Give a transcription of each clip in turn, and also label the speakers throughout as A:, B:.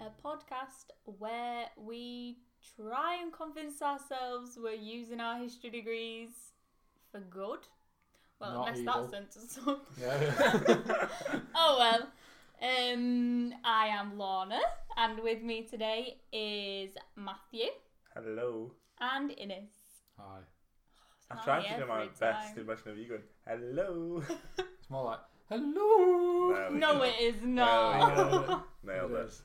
A: a podcast where we try and convince ourselves we're using our history degrees for good. Well,
B: Not
A: unless
B: evil.
A: that sentence is up.
B: Yeah.
A: Oh well. Um, I am Lorna, and with me today is Matthew
C: Hello.
A: and Innes.
B: Hi.
C: I'm
A: Hi,
C: trying to do my
A: every
C: best
A: time.
C: impression of you going, hello.
B: It's more like hello.
C: There we
A: No,
C: go.
A: it is
C: There we
A: not.
C: go. Nailed
B: It
C: it.
B: is.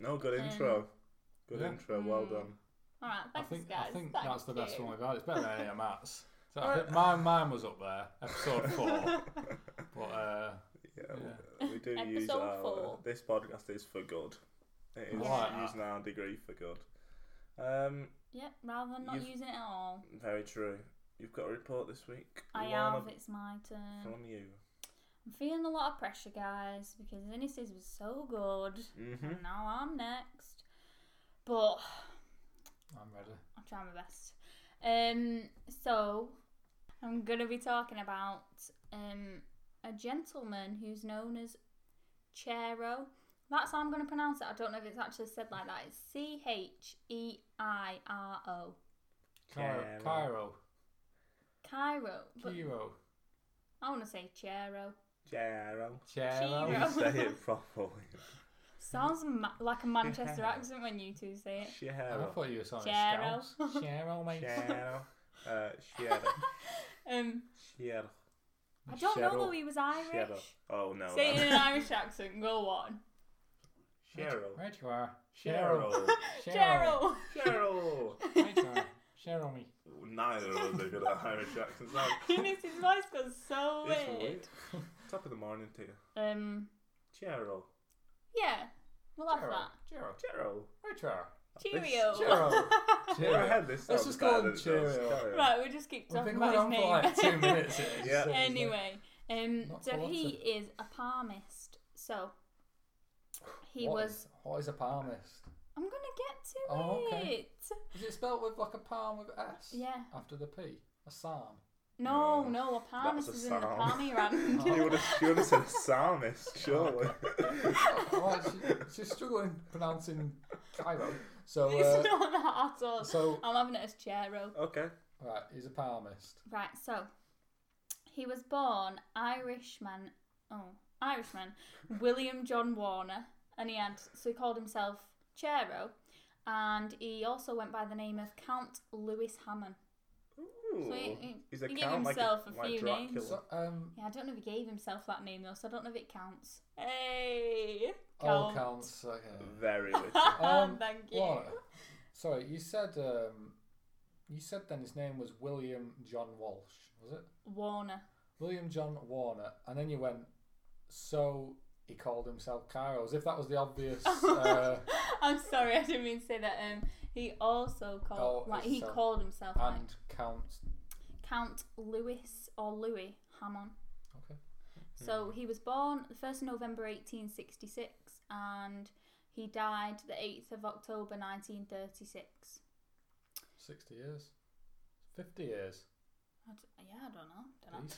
C: No, good
A: Um,
C: intro. Good
B: yeah.
C: intro. Well
A: Mm.
C: done.
A: All right,
B: I
A: thanks,
B: think
A: guys.
B: I think
A: Thank
B: that's the best
A: you.
B: one we've had. It's better than any of Matt's. So I
C: Alright.
B: think mine, mine was up there, episode four. but uh,
C: Yeah,
B: Yeah.
C: w- we do use
A: Episode
C: our.
A: four.
C: This podcast is for good. It is
B: Yeah.
C: using our degree for good. Um,
A: Yep, rather than not
C: You've-
A: using it at all.
C: very true. You've got a report this week.
A: I
C: Lorna,
A: have. It's my turn.
C: from you.
A: I'm feeling a lot of pressure, guys, because Innis's was so good,
C: Mm-hmm.
A: and now I'm next. But
B: I'm ready.
A: I'll try my best. Um, so I'm gonna be talking about um a gentleman who's known as Chero. That's how I'm gonna pronounce it. I don't know if it's actually said like that. It's C H E I R O.
B: Cairo,
C: Cairo.
B: Cairo,
A: Cairo. But
B: Cairo,
A: I want to say Chero.
C: Jero.
B: Cairo.
A: Cairo.
C: You say it properly.
A: Sounds ma- like a Manchester
C: Yeah.
A: accent when you two say it.
B: I
C: Jero.
B: thought you were saying
A: Cairo.
B: scouts. Cairo, mate.
C: Jero. Uh, Jero.
A: Um,
C: Jero.
A: I don't know
B: Cheryl.
A: though he was Irish.
C: Jero. Oh no.
A: Say it in
C: then.
A: an Irish accent. Go on,
C: Cheryl.
B: Right you are. Cheryl.
C: Cheryl.
A: Cheryl.
C: Cheryl.
B: Right you are. Cheryl me.
C: Neither of us are good at Irish accents. Like,
A: Innis's voice goes so
C: it's
A: weird.
C: weird. Top of the morning to you.
A: Um,
C: Cheryl.
A: yeah, we'll have
B: Cheryl.
A: that.
B: Cheryl.
C: Cheryl.
B: Right you are.
A: Cheerio.
B: Cheryl.
C: Well, I
B: Cheryl.
C: had this
B: Let's
C: song
B: just go
C: better
B: on
C: than it does.
B: Cheerio.
C: Carry on.
A: Right, we just keep
B: We've
A: talking
B: been
A: about
B: going on
A: his
B: for like two
A: name.
B: minutes.
C: Yeah.
A: anyway, um,
B: Not
A: so
B: for
A: he
B: water.
A: is a palmist. So he was.
B: What is a palmist?
A: I'm gonna get to
B: Oh, okay.
A: it.
B: Is it spelled with like a palm with S?
A: Yeah.
B: After the P? A psalm.
A: No,
C: No,
A: no, a palmist
C: was
A: is
C: a
A: in the
C: psalm.
A: palmy rand.
C: You would have, you would have said a psalmist, surely.
B: oh, she, she's struggling pronouncing Cairo. So,
A: it's
B: uh,
A: not that at all.
B: so
A: I'm having it as Chero.
C: okay.
B: right, he's a palmist.
A: Right, so he was born Irishman. Oh, Irishman, William John Warner, and he had so he called himself Chero, and he also went by the name of Count Lewis Hammond.
C: Ooh.
A: So he, he,
C: He's a
A: he gave
C: count like, a,
A: himself a
C: like
A: few
C: Dracula.
A: names.
B: So, um,
A: yeah, I don't know if he gave himself that name though, so I don't know if it counts. Hey,
B: all
A: Count.
B: counts. uh, Okay.
C: Very witty.
B: Oh, Um,
A: Thank you.
B: Warner. Sorry, you said um, you said then his name was William John Walsh, was it?
A: Warner.
B: William John Warner, and then you went. So he called himself Cairo, as if that was the obvious. Uh,
A: I'm sorry, I didn't mean to say that. Um, he also called
B: Oh,
A: like he
B: so-
A: called himself like,
B: and count.
A: Count Louis or Louis Hammond.
B: Okay.
A: So he was born the 1st of November 1866 and he died the 8th of October 1936.
B: Sixty years. Fifty years.
A: I d- yeah, I don't know. Don't know.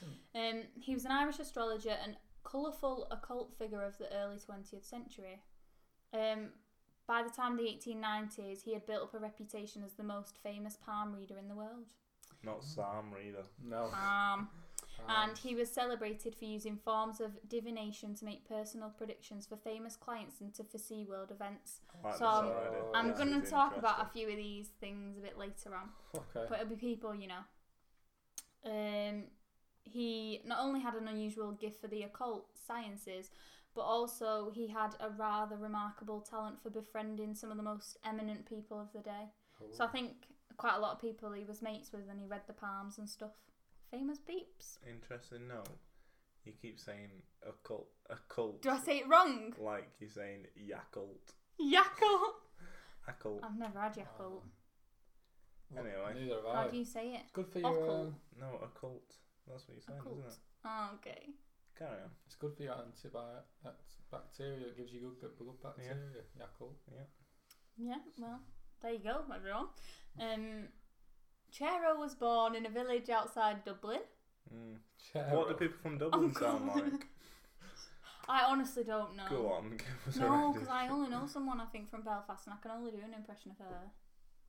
B: Decent.
A: Um, he was an Irish astrologer and colourful occult figure of the early 20th century. Um, by the time of the 1890s, he had built up a reputation as the most famous palm reader in the world.
C: Not Sam either.
B: No.
A: Um,
B: Um,
A: and he was celebrated for using forms of divination to make personal predictions for famous clients and to foresee world events.
C: I Like
A: So,
C: this already.
B: Oh,
A: I'm
B: yeah.
C: This
A: going to
C: is
A: talk about a
C: interesting.
A: few of these things a bit later on,
B: Okay.
A: but it'll be people you know. Um, he not only had an unusual gift for the occult sciences, but also he had a rather remarkable talent for befriending some of the most eminent people of the day. So I think quite a lot of people he was mates with, and he read the palms and stuff. Famous peeps.
C: Interesting note. You keep saying occult. Occult.
A: Do I say it wrong?
C: Like you're saying yakult.
A: Yakult.
C: Occult.
A: I've never had Yakult.
B: Um, Well,
C: anyway.
B: Neither have
A: How
B: I.
A: do you say it?
B: Good for your.
A: Occult.
B: Um,
C: No, occult. That's what you're saying, isn't
A: Occult.
C: it?
A: Oh, okay.
C: Carry on.
B: it's good for your antibiotic bacteria. It gives you good, good, good bacteria. Yeah. cool.
A: Yeah, well, there you go, everyone. Um, Chero was born in a village outside Dublin.
C: Mm.
B: Cheryl.
A: Oh.
C: What do people from Dublin sound like?
A: I honestly don't know.
C: Go on, give us a
A: No,
C: rendition.
A: because I only know someone I think from Belfast, and I can only do an impression of her.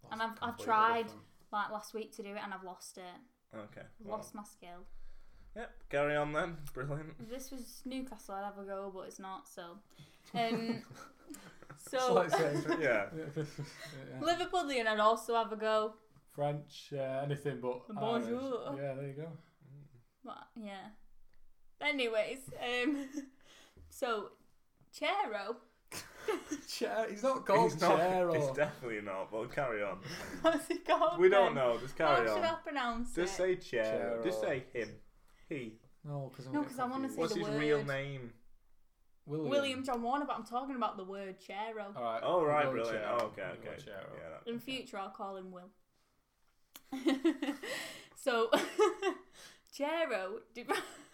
B: That's
A: And I've- I've
B: completely
A: tried.
B: different.
A: Like last week to do it, and I've lost it.
C: Okay. well,
A: Lost my skill.
C: Yep. Carry on then. Brilliant.
A: If this was Newcastle, I'd have a go, but it's not. So, um,
B: It's
A: so
B: like saying-
C: yeah.
B: Yeah.
A: Liverpudlian, I'd also have a go.
B: French, uh, anything but
A: Bonjour.
B: Irish. Yeah, there you go.
A: But yeah. Anyways, um, so Chero.
B: Chair. He's not called
C: He's not-
B: chair.
C: It's
B: or
C: definitely not. But carry on.
A: What's he called?
C: We don't
A: then?
C: know. Just
A: How
C: carry
A: should I
C: on.
A: pronounce
C: Just
A: it?
C: say chair.
B: Chair
C: Just
B: or-
C: say him. He.
B: no, because
A: No, 'cause I wanna say
C: What's
A: the
C: his real
A: word.
C: name?
B: William.
A: William John Warner, but I'm talking about the word Chero.
B: All right.
C: Oh
B: we'll
C: right,
B: go
C: brilliant.
B: Chair.
C: Oh okay,
B: We'll go
C: okay.
B: Chair.
C: Yeah. that-
A: In future, I'll call him Will. so, Chero de-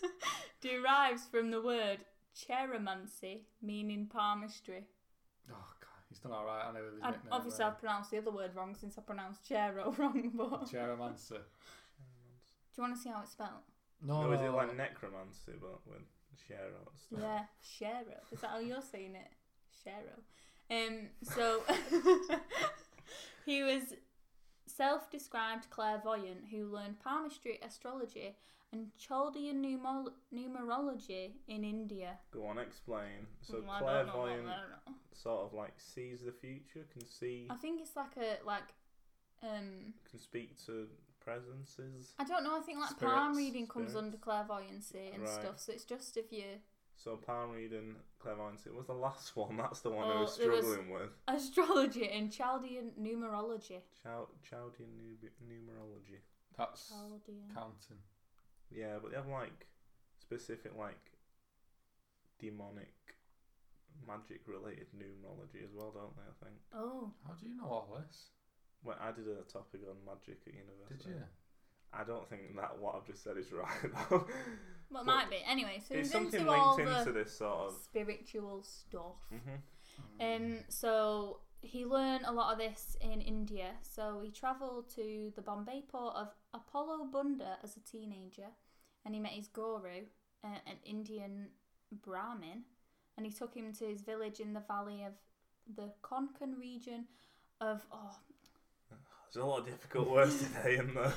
A: derives from the word cheromancy, meaning palmistry.
B: Oh god, he's done all right. I know his
A: And
B: nickname.
A: obviously, I've pronounced the other word wrong since I pronounced Chero wrong, but. Do
B: Cheromancer.
A: you want to see how it's spelled?
B: No,
C: Or Oh, is
B: no,
C: it like
B: no.
C: necromancy, but with share or stuff?
A: Yeah, Chero. Is that how you're saying it? Chero. Um, so he was self-described clairvoyant who learned palmistry, astrology, and Chaldean numo- numerology in India.
C: Go on, explain. So
A: Mm, I don't know what-
C: clairvoyant,
A: I, don't know.
C: sort of like sees the future, can see,
A: I think it's like a like. Um,
C: can speak to presences.
A: I don't know. I think like palm
C: Spirits,
A: reading comes
C: spirits.
A: under clairvoyancy and
C: Right.
A: stuff. So it's just if you
C: So palm reading, clairvoyancy. It was the last one. That's the one I
A: Oh,
C: was
A: there was-
C: struggling with.
A: astrology and Chaldean numerology.
C: Chow, Chowdian nu- numerology.
B: That's
A: Chaldean.
B: counting.
C: Yeah, but they have like specific like demonic, magic related numerology as well, don't they? I think.
A: Oh,
B: How do you know all this?
C: Well, I did a topic on magic at university.
B: Did you?
C: I don't think that what I've just said is right though.
A: well, it
C: But
A: might be. Anyway, so
C: it's
A: he's
C: something
A: into all
C: linked
A: the
C: into this sort of.
A: spiritual stuff.
C: hmm
A: Um, so he learned a lot of this in India. So he travelled to the Bombay port of Apollo Bunda as a teenager, and he met his guru, uh, an Indian Brahmin, and he took him to his village in the valley of the Konkan region of oh,
C: There's a lot of difficult words today in there.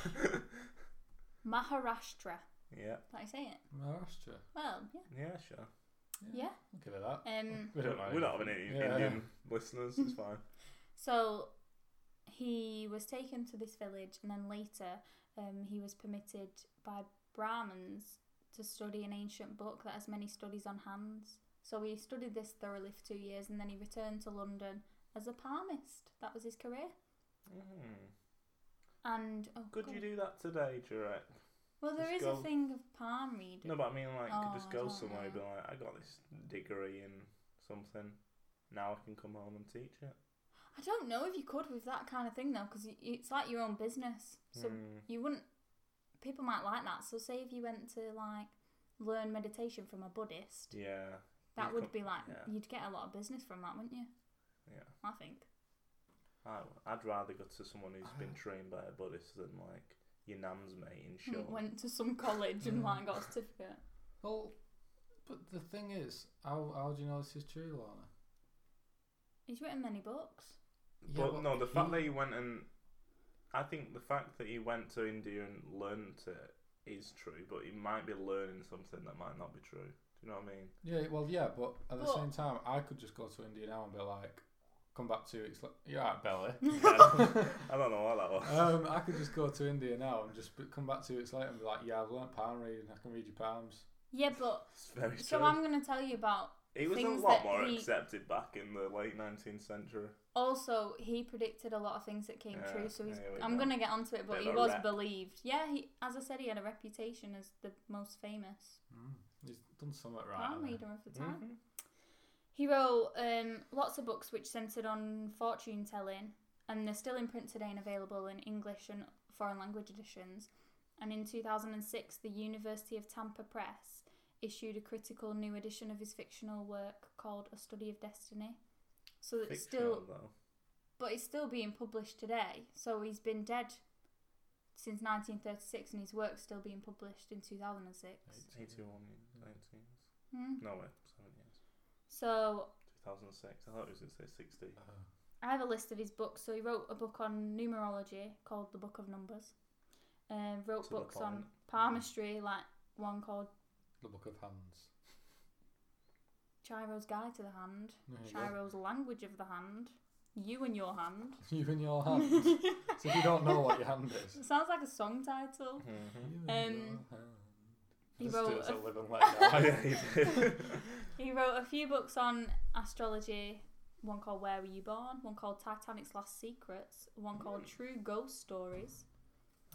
A: Maharashtra.
C: yeah,
A: Can I say it?
B: Maharashtra.
A: Well, yeah.
C: yeah, sure.
A: Yeah.
B: I'll give it that.
A: Um,
B: we don't know.
C: We're not having any
B: Yeah.
C: Indian listeners. It's fine.
A: So he was taken to this village, and then later um, he was permitted by Brahmins to study an ancient book that has many studies on hands. So he studied this thoroughly for two years, and then he returned to London as a palmist. That was his career. Mm-hmm.
C: Mm.
A: And oh,
C: Could
A: God.
C: you do that today, Jurek?
A: Well, there is
C: just
A: a
C: go-
A: thing of palm reading.
C: No, but I mean, like,
A: Oh,
C: could just
A: I
C: go
A: don't
C: somewhere and be
A: know.
C: like, I got this degree in something. Now I can come home and teach it.
A: I don't know if you could with that kind of thing though, because it's like your own business. So
C: Mm.
A: you wouldn't people might like that so say if you went to like learn meditation from a buddhist
C: Yeah,
A: that
C: You
A: would
C: could-
A: be like
C: yeah.
A: you'd get a lot of business from that wouldn't you
C: yeah.
A: i think
C: I, I'd rather go to someone who's been
B: I-
C: trained by a Buddhist than like your nan's mate in
A: Hmm,
C: Sean.
A: went to some college and
B: Mm.
A: like got a certificate
B: Well, but the thing is, how how do you know this is true, Lorna?
A: he's written many books
B: Yeah,
C: but,
B: but
C: no, the fact
B: he-
C: that he went and I think the fact that he went to India and learnt it is true, but he might be learning something that might not be true. Do you know what I mean?
B: Yeah, well, yeah, but at the
A: But-
B: same time, I could just go to India now and be like, come back to it's like you're right, belly.
C: I don't know what that was.
B: um, I could just go to India now and just be- come back to it's later and be like, yeah, I've learnt palm reading. I can read your palms.
A: yeah but
C: It's very true.
A: so i'm going to tell you about
C: It was a
A: things
C: lot
A: that
C: more
A: he-
C: accepted back in the late 19th century.
A: also he predicted a lot of things that came
C: Yeah,
A: true so he's,
C: here we
A: i'm
C: go.
A: going to get onto it but
C: Bit
A: he
C: of a
A: was
C: rep.
A: believed yeah he as i said he had a reputation as the most famous
B: Mm. He's done something right.
A: palm
B: hasn't he?
A: reader of the time
C: Mhm.
A: He wrote um, lots of books which centred on fortune telling, and they're still in print today and available in English and foreign language editions. And in 2006, the University of Tampa Press issued a critical new edition of his fictional work called A Study of Destiny. So it's
C: Fictional,
A: still,
C: though.
A: but it's still being published today. So he's been dead since 1936, and his work's still being published in 2006.
C: 81, 19.
A: Hmm.
C: No, wait, 70.
A: So
C: 2006. I thought it was going to say 60.
A: I have a list of his books. So he wrote a book on numerology called The Book of Numbers. Um, wrote
C: To the
A: books on
C: point.
A: palmistry, like one called
B: the Book of Hands.
A: Chiro's Guide to the Hand,
B: There you go.
A: Chiro's Language of the Hand, You and Your Hand.
B: You and your hand. so if you don't know what your hand is,
A: It sounds like a song title.
C: Mm-hmm.
B: you and
A: Um,
B: your hand.
A: he
B: Let's do
A: wrote
B: it
A: a-
B: till live and let
C: oh,
B: die.
C: yeah, you did.
A: He wrote a few books on astrology. One called Where Were You Born? One called Titanic's Last Secrets. One called
C: Mm.
A: True Ghost Stories.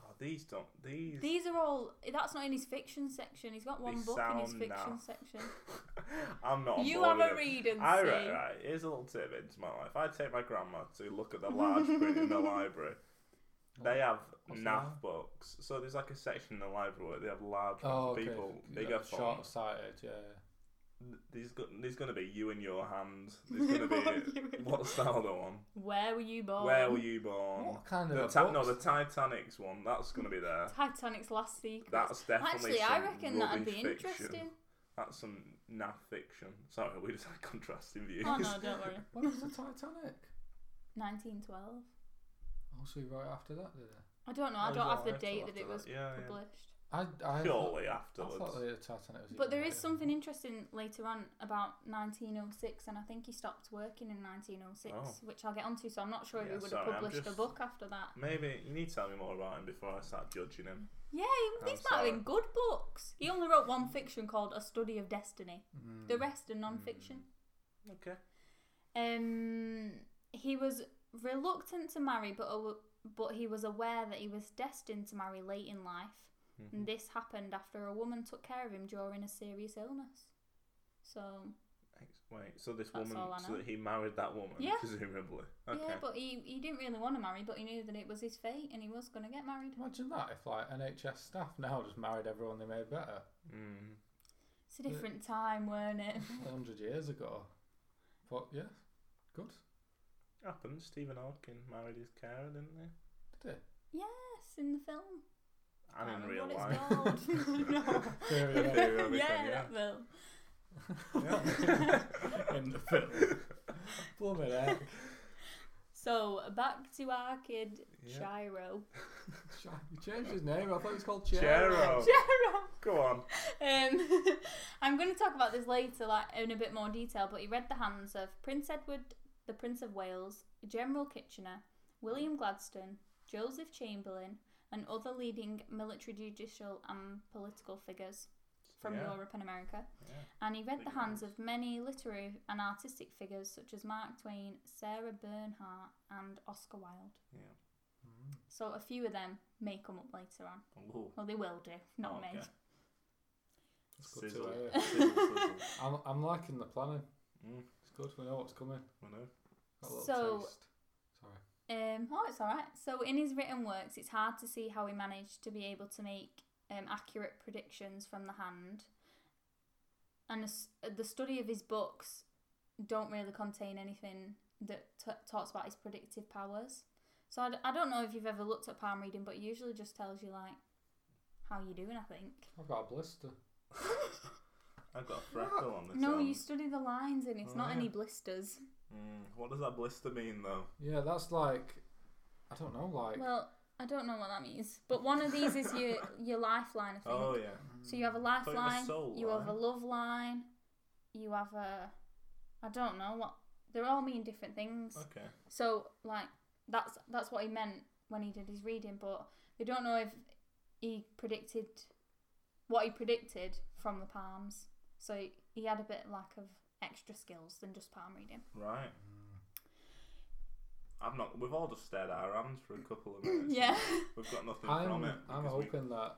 C: oh, these don't. These.
A: These are all. That's not in his fiction section. He's got one
C: These
A: book in his
C: sound
A: fiction
C: naff.
A: section.
C: I'm not. on
A: You
C: board
A: have
C: with
A: a
C: it.
A: read and
C: I
A: see.
C: right, right. Here's a little tip into my life. I take my grandma to look at the large print in the library.
A: Oh,
C: They have
B: What's
C: NAF books. So there's like a section in the library where they have large
B: Oh,
C: ones for
B: okay.
C: people,
B: You're
C: bigger
B: short
C: fonts.
B: sighted, yeah.
C: There's, go- there's going to be you in your hand. There's going to be.
A: You and-
C: What's that other one?
A: Where were you born?
C: Where were you born?
B: What kind of
C: The
B: a
C: ta- no,
B: book?
C: the Titanic's one. That's going to be there.
A: Titanic's Last Secrets.
C: That's definitely
A: Actually, I
C: some
A: reckon that'd be
C: rubbish fiction.
A: interesting.
C: That's some naff fiction. Sorry, we just had contrasting views.
A: Oh no, don't worry.
B: When was the Titanic?
A: 1912.
B: Oh, so he wrote it after that, did he?
A: I don't know. I
C: That was
A: don't have the
C: alright till
A: date that
C: after
A: it was
C: Yeah, yeah.
A: published.
B: I, I, thought,
C: Surely
B: I thought
C: afterwards.
B: the Titanic was.
A: But
B: even
A: there is
B: later.
A: something interesting later on about 1906, and I think he stopped working in 1906,
C: Oh.
A: which I'll get onto. So I'm not sure if
C: Yeah,
A: he would
C: sorry,
A: have
C: I'm
A: published a
C: just-
A: book after that.
C: Maybe you need to tell me more about him before I start judging him.
A: Yeah, he,
C: I'm
A: these might have
C: sorry.
A: been good books. He only wrote one fiction called A Study of Destiny.
B: Mm.
A: The rest are non-fiction.
C: Okay.
A: Um, he was reluctant to marry, but aw- but he was aware that he was destined to marry late in life, and this happened after a woman took care of him during a serious illness. So
C: Wait, so this
A: That's
C: woman,
A: all I
C: so
A: know.
C: that he married that woman,
A: Yeah.
C: presumably. Okay.
A: Yeah, but he, he didn't really want to marry, but he knew that it was his fate and he was going to get married.
B: Imagine that if like NHS staff now just married everyone they made better.
C: Mm.
A: It's a different time, weren't it?
B: A hundred years ago. But yeah, good.
C: Happened. Stephen Hawking married his carer, didn't he?
B: Did it?
A: yes, in the film.
C: And
A: Can't
C: in real
A: remember
C: life.
A: what it's called. no.
B: Theory of
C: Theory
A: yeah,
C: of everything, yeah.
A: that film.
C: Yeah.
B: In the film. Blooming heck.
A: So back to our kid
C: Yeah.
A: Chiro.
B: Ch- He changed his name. I thought it was called Chero.
C: Chero. Go on.
A: Um, I'm going to talk about this later, like in a bit more detail. But he read the hands of Prince Edward, the Prince of Wales, General Kitchener, William Gladstone, Joseph Chamberlain, and other leading military, judicial, and political figures from
C: Yeah.
A: Europe and America.
C: Yeah.
A: And he read the
C: Big
A: hands
C: names.
A: of many literary and artistic figures such as Mark Twain, Sarah Bernhardt, and Oscar Wilde.
C: Yeah.
B: Mm.
A: So a few of them may come up later on.
C: Ooh.
A: Well, they will do, not
C: Oh,
A: me.
C: okay.
B: It's good
C: Sizzle.
B: to hear.
C: Sizzle, sizzle.
B: I'm, I'm liking the planning.
C: Mm,
B: It's good. We know what's coming.
C: I know.
B: Got a little
A: So-
B: taste. Sorry.
A: Um, oh, it's all right. So in his written works, it's hard to see how he managed to be able to make um, accurate predictions from the hand. And the s- the study of his books don't really contain anything that t- talks about his predictive powers. So I, d- I don't know if you've ever looked at palm reading, but it usually just tells you like how you doing. I think.
B: I've got a blister.
C: I've got a freckle on this.
A: no,
C: arm.
A: you study the lines, and it's
C: Oh,
A: not
C: yeah.
A: any blisters.
C: Mm, what does that blister mean, though?
B: Yeah, that's like. I don't know, like.
A: Well, I don't know what that means, but one of these is your your lifeline. I think.
C: Oh yeah.
A: So you have a
C: it was
A: lifeline,
C: soul
A: you have a
C: line.
A: love line, you have a I don't know what they all mean different things.
C: Okay.
A: So like that's that's what he meant when he did his reading, but they don't know if he predicted what he predicted from the palms. So he, he had a bit like of extra skills than just palm reading.
C: Right.
B: Mm.
C: I've not. We've all just stared at our hands for a couple of minutes.
A: yeah.
C: We've got nothing
B: I'm,
C: from it.
B: I'm
C: because we-
B: hoping that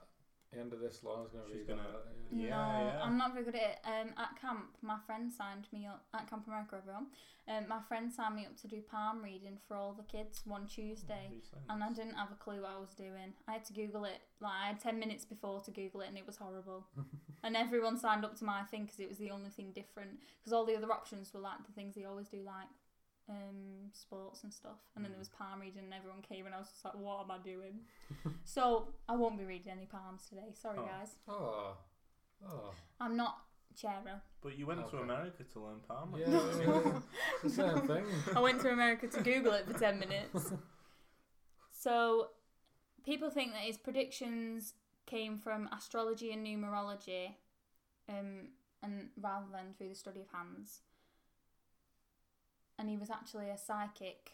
B: the end of this Lauren's going to
C: She's
B: read
C: gonna-
B: that. Yeah.
C: Yeah,
A: no,
C: yeah.
A: I'm not very good at it. Um, at camp, my friend signed me up at Camp America. Everyone, um, my friend signed me up to do palm reading for all the kids one Tuesday,
C: Makes sense.
A: and I didn't have a clue what I was doing. I had to Google it. Like I had ten minutes before to Google it, and it was horrible. and everyone signed up to my thing because it was the only thing different. Because all the other options were like the things they always do, like um, sports and stuff. And then there was palm reading, and everyone came, and I was just like, "What am I doing?" so I won't be reading any palms today. Sorry,
C: Oh.
A: guys.
B: Oh. Oh.
A: I'm not Chero.
C: But you went to
B: Okay.
C: America to learn Palmer.
B: Yeah, I mean, it's the same thing.
A: I went to America to Google it for 10 minutes. So, people think that his predictions came from astrology and numerology, um, and rather than through the study of hands. And he was actually a psychic,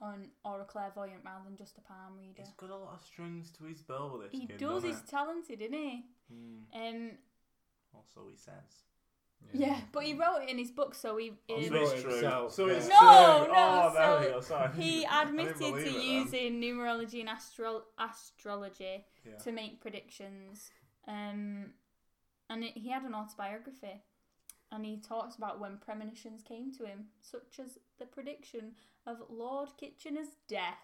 A: on, or a clairvoyant rather than just a palm reader.
C: He's got a lot of strings to his bow. This
A: He
C: kid,
A: does.
C: doesn't
A: He's talented, isn't he?
B: Mm.
C: he? Hmm.
A: Um,
C: Also, he says.
A: yeah, but he wrote it in his book, so he.
B: Oh, He
A: um,
B: wrote it himself,
C: So
B: yeah.
C: it's
A: No, no,
C: true. Oh, there
A: so
C: we go. Sorry.
A: He
C: I didn't
A: admitted to
C: believe it then.
A: using numerology and astro- astrology
C: Yeah.
A: to make predictions. Um, and it, he had an autobiography. And he talks about when premonitions came to him, such as the prediction of Lord Kitchener's death,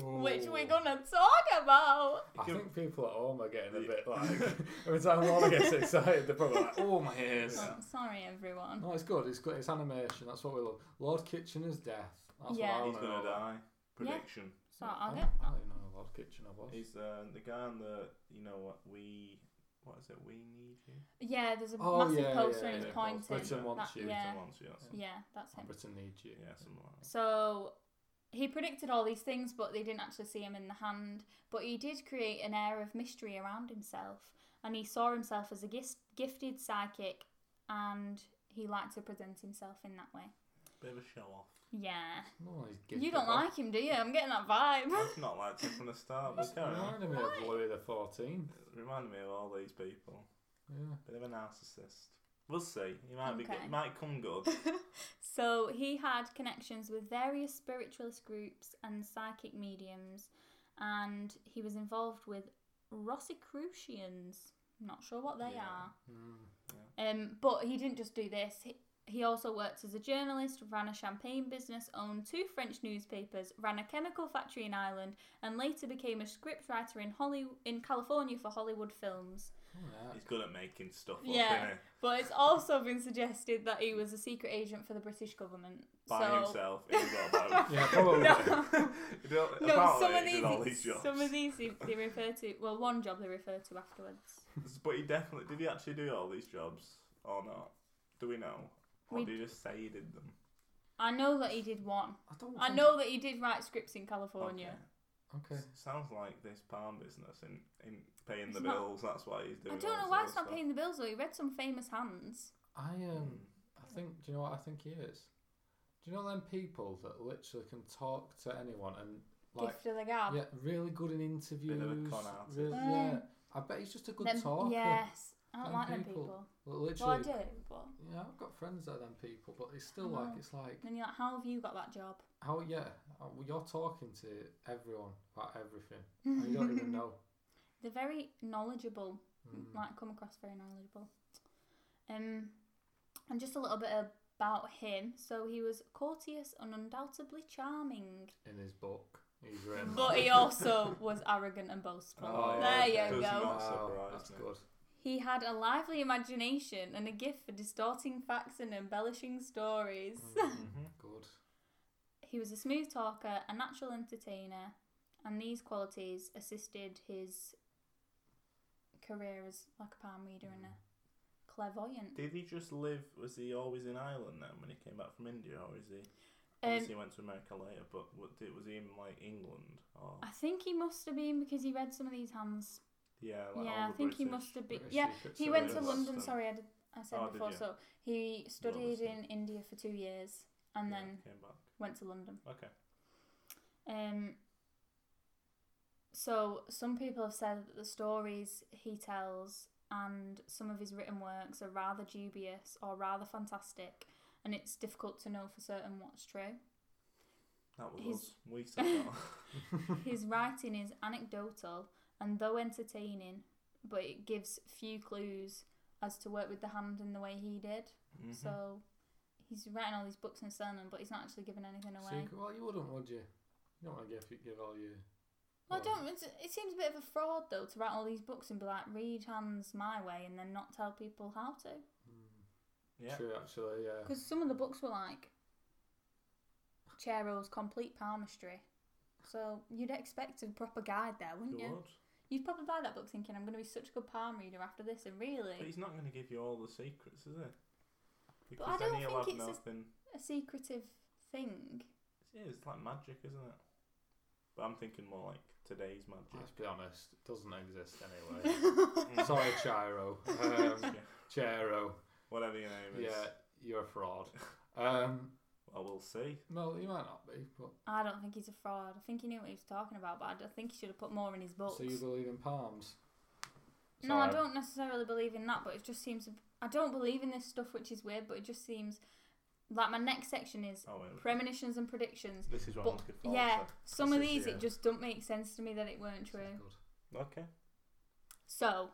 B: Oh.
A: which we're going to talk about.
B: I
C: Give-
B: think people at home are getting a bit like every time Laura gets excited, they're probably like, "Oh my ears!"
A: Oh, sorry, everyone.
B: No, it's good. It's good. It's animation. That's what we love. Lord Kitchener's death. That's
A: Yeah.
B: what I
C: He's
B: want to
C: gonna
B: know.
C: die. Prediction.
A: So
B: I,
A: I'll
B: don't-
A: get.
B: I don't even know who Lord Kitchener was.
C: He's uh, the guy on the. You know what we. What is it? We need you.
A: Yeah, there's a
B: Oh,
A: massive
B: yeah,
A: poster
B: yeah,
A: and he's
C: yeah, poster.
A: pointing.
B: Britain wants
A: That-
B: you.
A: Yeah,
C: Someone else, yes.
A: yeah, that's him.
B: Britain needs you.
C: Yeah, something like that.
A: So he predicted all these things, but they didn't actually see him in the hand. But he did create an air of mystery around himself, and he saw himself as a gis- gifted psychic, and he liked to present himself in that way.
C: Bit of a show off.
A: Yeah,
B: No, he's
A: you
B: gifted
A: don't
B: off.
A: like him, do you? I'm getting that vibe.
C: I've not liked it from the start, but
B: Just
C: carry on.
B: reminded me of Louis the Fourteenth.
C: It reminded me of all these people.
B: Yeah.
C: Bit of a narcissist. We'll see. He might be.
A: Okay.
C: Good. Might come good.
A: so he had connections with various spiritualist groups and psychic mediums, and he was involved with Rosicrucians. Not sure what they
C: Yeah.
A: are.
B: Mm.
A: Um, but he didn't just do this. He, he also worked as a journalist, ran a champagne business, owned two French newspapers, ran a chemical factory in Ireland, and later became a scriptwriter in Holly in California for Hollywood films.
B: Alright.
C: He's good at making stuff up,
A: Yeah.
C: isn't he?
A: But it's also been suggested that he was a secret agent for the British government.
C: By
A: so
C: himself in his elbow.
B: Yeah, probably.
A: No.
C: You know,
A: no,
C: apparently
A: some of
C: he did all
A: these,
C: these jobs.
A: some of these they, they refer to. Well, one job they refer to afterwards.
C: But he definitely did. He actually do all these jobs or not? Do we know? Or
A: We-
C: do you just say he did them?
A: I know that he did one.
B: I don't.
A: I
B: think-
A: know that he did write scripts in California.
C: Okay.
B: Okay.
C: S- Sounds like this palm business in, in paying the
A: It's not-
C: bills. That's why he's doing.
A: I don't
C: all
A: know
C: this
A: why
C: other
A: it's not
C: stuff.
A: paying the bills though. He read some famous hands.
B: I um.
C: Mm.
B: I think. Do you know what I think he is? Do you know them people that literally can talk to anyone and like
A: gift of the gab.
B: yeah, really good in interviews.
C: con artist.
B: really- yeah.
A: Mm.
B: I bet he's just a good
A: Them-
B: talker.
A: Yes, I don't
B: Them
A: like them
B: people.
A: people.
B: But
A: Well, I
B: Literally.
A: do, but
B: yeah, I've got friends that are them people, but it's still
A: I
B: like
A: know.
B: it's like
A: then you're like, how have you got that job?
B: how yeah, how- you're talking to everyone about everything. and you don't even know.
A: They're very knowledgeable.
B: Mm.
A: Like come across very knowledgeable. Um, and just a little bit about him. So he was courteous and undoubtedly charming,
B: In his book, he's written.
A: but he
B: that.
A: also was arrogant and boastful.
C: Oh,
A: there
C: yeah.
A: you
C: Does
A: go.
B: Wow,
C: not surprise
B: that's
C: me.
B: good.
A: He had a lively imagination and a gift for distorting facts and embellishing stories.
C: Mm-hmm.
B: Mhm, Good.
A: He was a smooth talker, a natural entertainer, and these qualities assisted his career as like a palm reader and a clairvoyant.
C: Did he just live? Was he always in Ireland then when he came back from India, or is he?
A: Um,
C: Obviously, he went to America later, but what, did, was he in like England or?
A: Um, I think he must have been because he read some of these hands.
C: Yeah, like all
A: yeah, I
C: the
A: think he
C: British-
A: must have been.
B: British
A: Yeah,
B: secret
A: he went to
B: service.
C: service.
A: London. Sorry, I, did, I said
C: Oh, did
A: before.
C: you?
A: So he studied
C: listen.
A: in India for two years and
C: yeah,
A: then
C: came back.
A: went to London.
C: Okay.
A: Um. So some people have said that the stories he tells and some of his written works are rather dubious or rather fantastic, and it's difficult to know for certain what's true.
C: That was
A: He's-
C: us. We said that.
A: his writing is anecdotal and though entertaining, but it gives few clues as to work with the hand in the way he did.
C: Mhm.
A: So he's writing all these books and selling them, but he's not actually giving anything away.
B: Secret- well, you wouldn't, would you? You don't want to give give all your.
A: Well, I don't. It's, it seems a bit of a fraud, though, to write all these books and be like, "Read hands my way," and then not tell people how to.
C: yeah.
B: mm, True, actually, yeah.
A: Because some of the books were like Chero's complete palmistry, so you'd expect a proper guide there, wouldn't
C: You
A: you?
C: would.
A: You'd probably buy that book thinking, I'm going to be such a good palm reader after this, and
C: But
A: really,
C: he's not going to give you all the secrets, is he? Because
A: I
C: then
A: don't
C: he'll
A: think
C: have
A: it's a-
C: nothing.
A: a secretive thing.
C: Yeah, it's like magic, isn't it? But I'm thinking more like today's
B: Let's
C: magic.
B: be honest, it doesn't exist anyway. Sorry, Chiro. Um,
C: Yeah,
B: Chiro.
C: Whatever your name is.
B: Yeah, you're a fraud. Um,
C: Well, we'll see.
B: well, you might not be, but
A: I don't think he's a fraud. I think he knew what he was talking about, but I d- I think he should have put more in his books.
B: so you believe in palms?
A: no, I
B: Sorry.
A: don't necessarily believe in that, but it just seems. I don't believe in this stuff, which is weird, but it just seems. Like, my next section is
C: Oh, wait.
A: premonitions and predictions.
C: This is what
A: But-
C: I'm looking forward
A: yeah.
C: to.
A: Some of
C: Oh, This is-
A: these,
C: yeah.
A: it just don't make sense to me that it weren't true.
B: Good.
C: Okay.
A: So,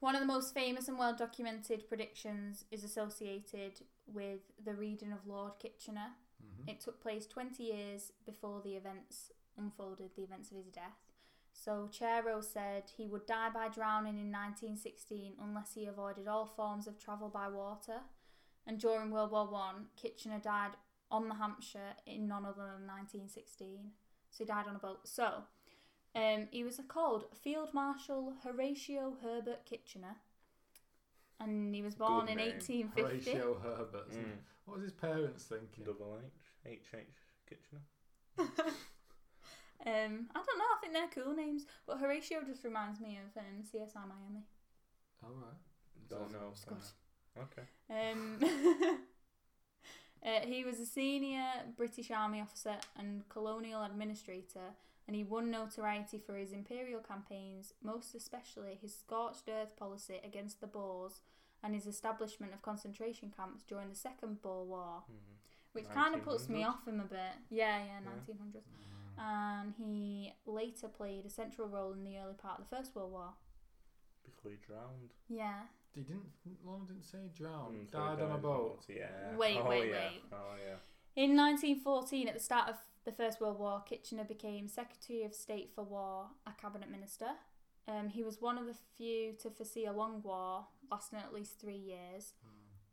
A: one of the most famous and well documented predictions is associated with the reading of Lord Kitchener.
C: Mm-hmm.
B: Mhm.
A: It took place 20 years before the events unfolded, the events of his death. So, Chero said he would die by drowning in 1916 unless he avoided all forms of travel by water. And during World War One, Kitchener died on the Hampshire in none other than 1916. So, he died on a boat. So, um, he was called Field Marshal Horatio Herbert Kitchener. And he was born
C: Good
A: in
C: name.
A: 1850.
B: Horatio Herbert. isn't it?
C: Mm.
B: What was his parents thinking?
C: Double H. H. H. Kitchener.
A: Um, I don't know. I think they're cool names, but Horatio just reminds me of um, CSI Miami.
B: All right.
C: Don't know.
A: It's good.
C: Okay.
A: Um, uh, he was a senior British Army officer and colonial administrator, and he won notoriety for his imperial campaigns, most especially his scorched earth policy against the Boers and his establishment of concentration camps during the Second Boer War,
B: Mm-hmm.
C: Mhm.
A: which kind of puts me
C: 1900s?
A: off him a bit. Yeah, yeah,
C: Yeah.
A: 1900s.
B: Mm.
A: and he later played a central role in the early part of the First World War.
C: Before he drowned.
A: Yeah.
B: He didn't. Long didn't say drowned.
C: Mm, so he
B: Oh, died on a boat.
C: Yeah.
A: Wait,
C: oh,
A: wait,
C: yeah.
A: wait.
C: Oh, yeah.
A: In 1914, at the start of the First World War, Kitchener became Secretary of State for War, a cabinet minister. Um, he was one of the few to foresee a long war lasting at least three years,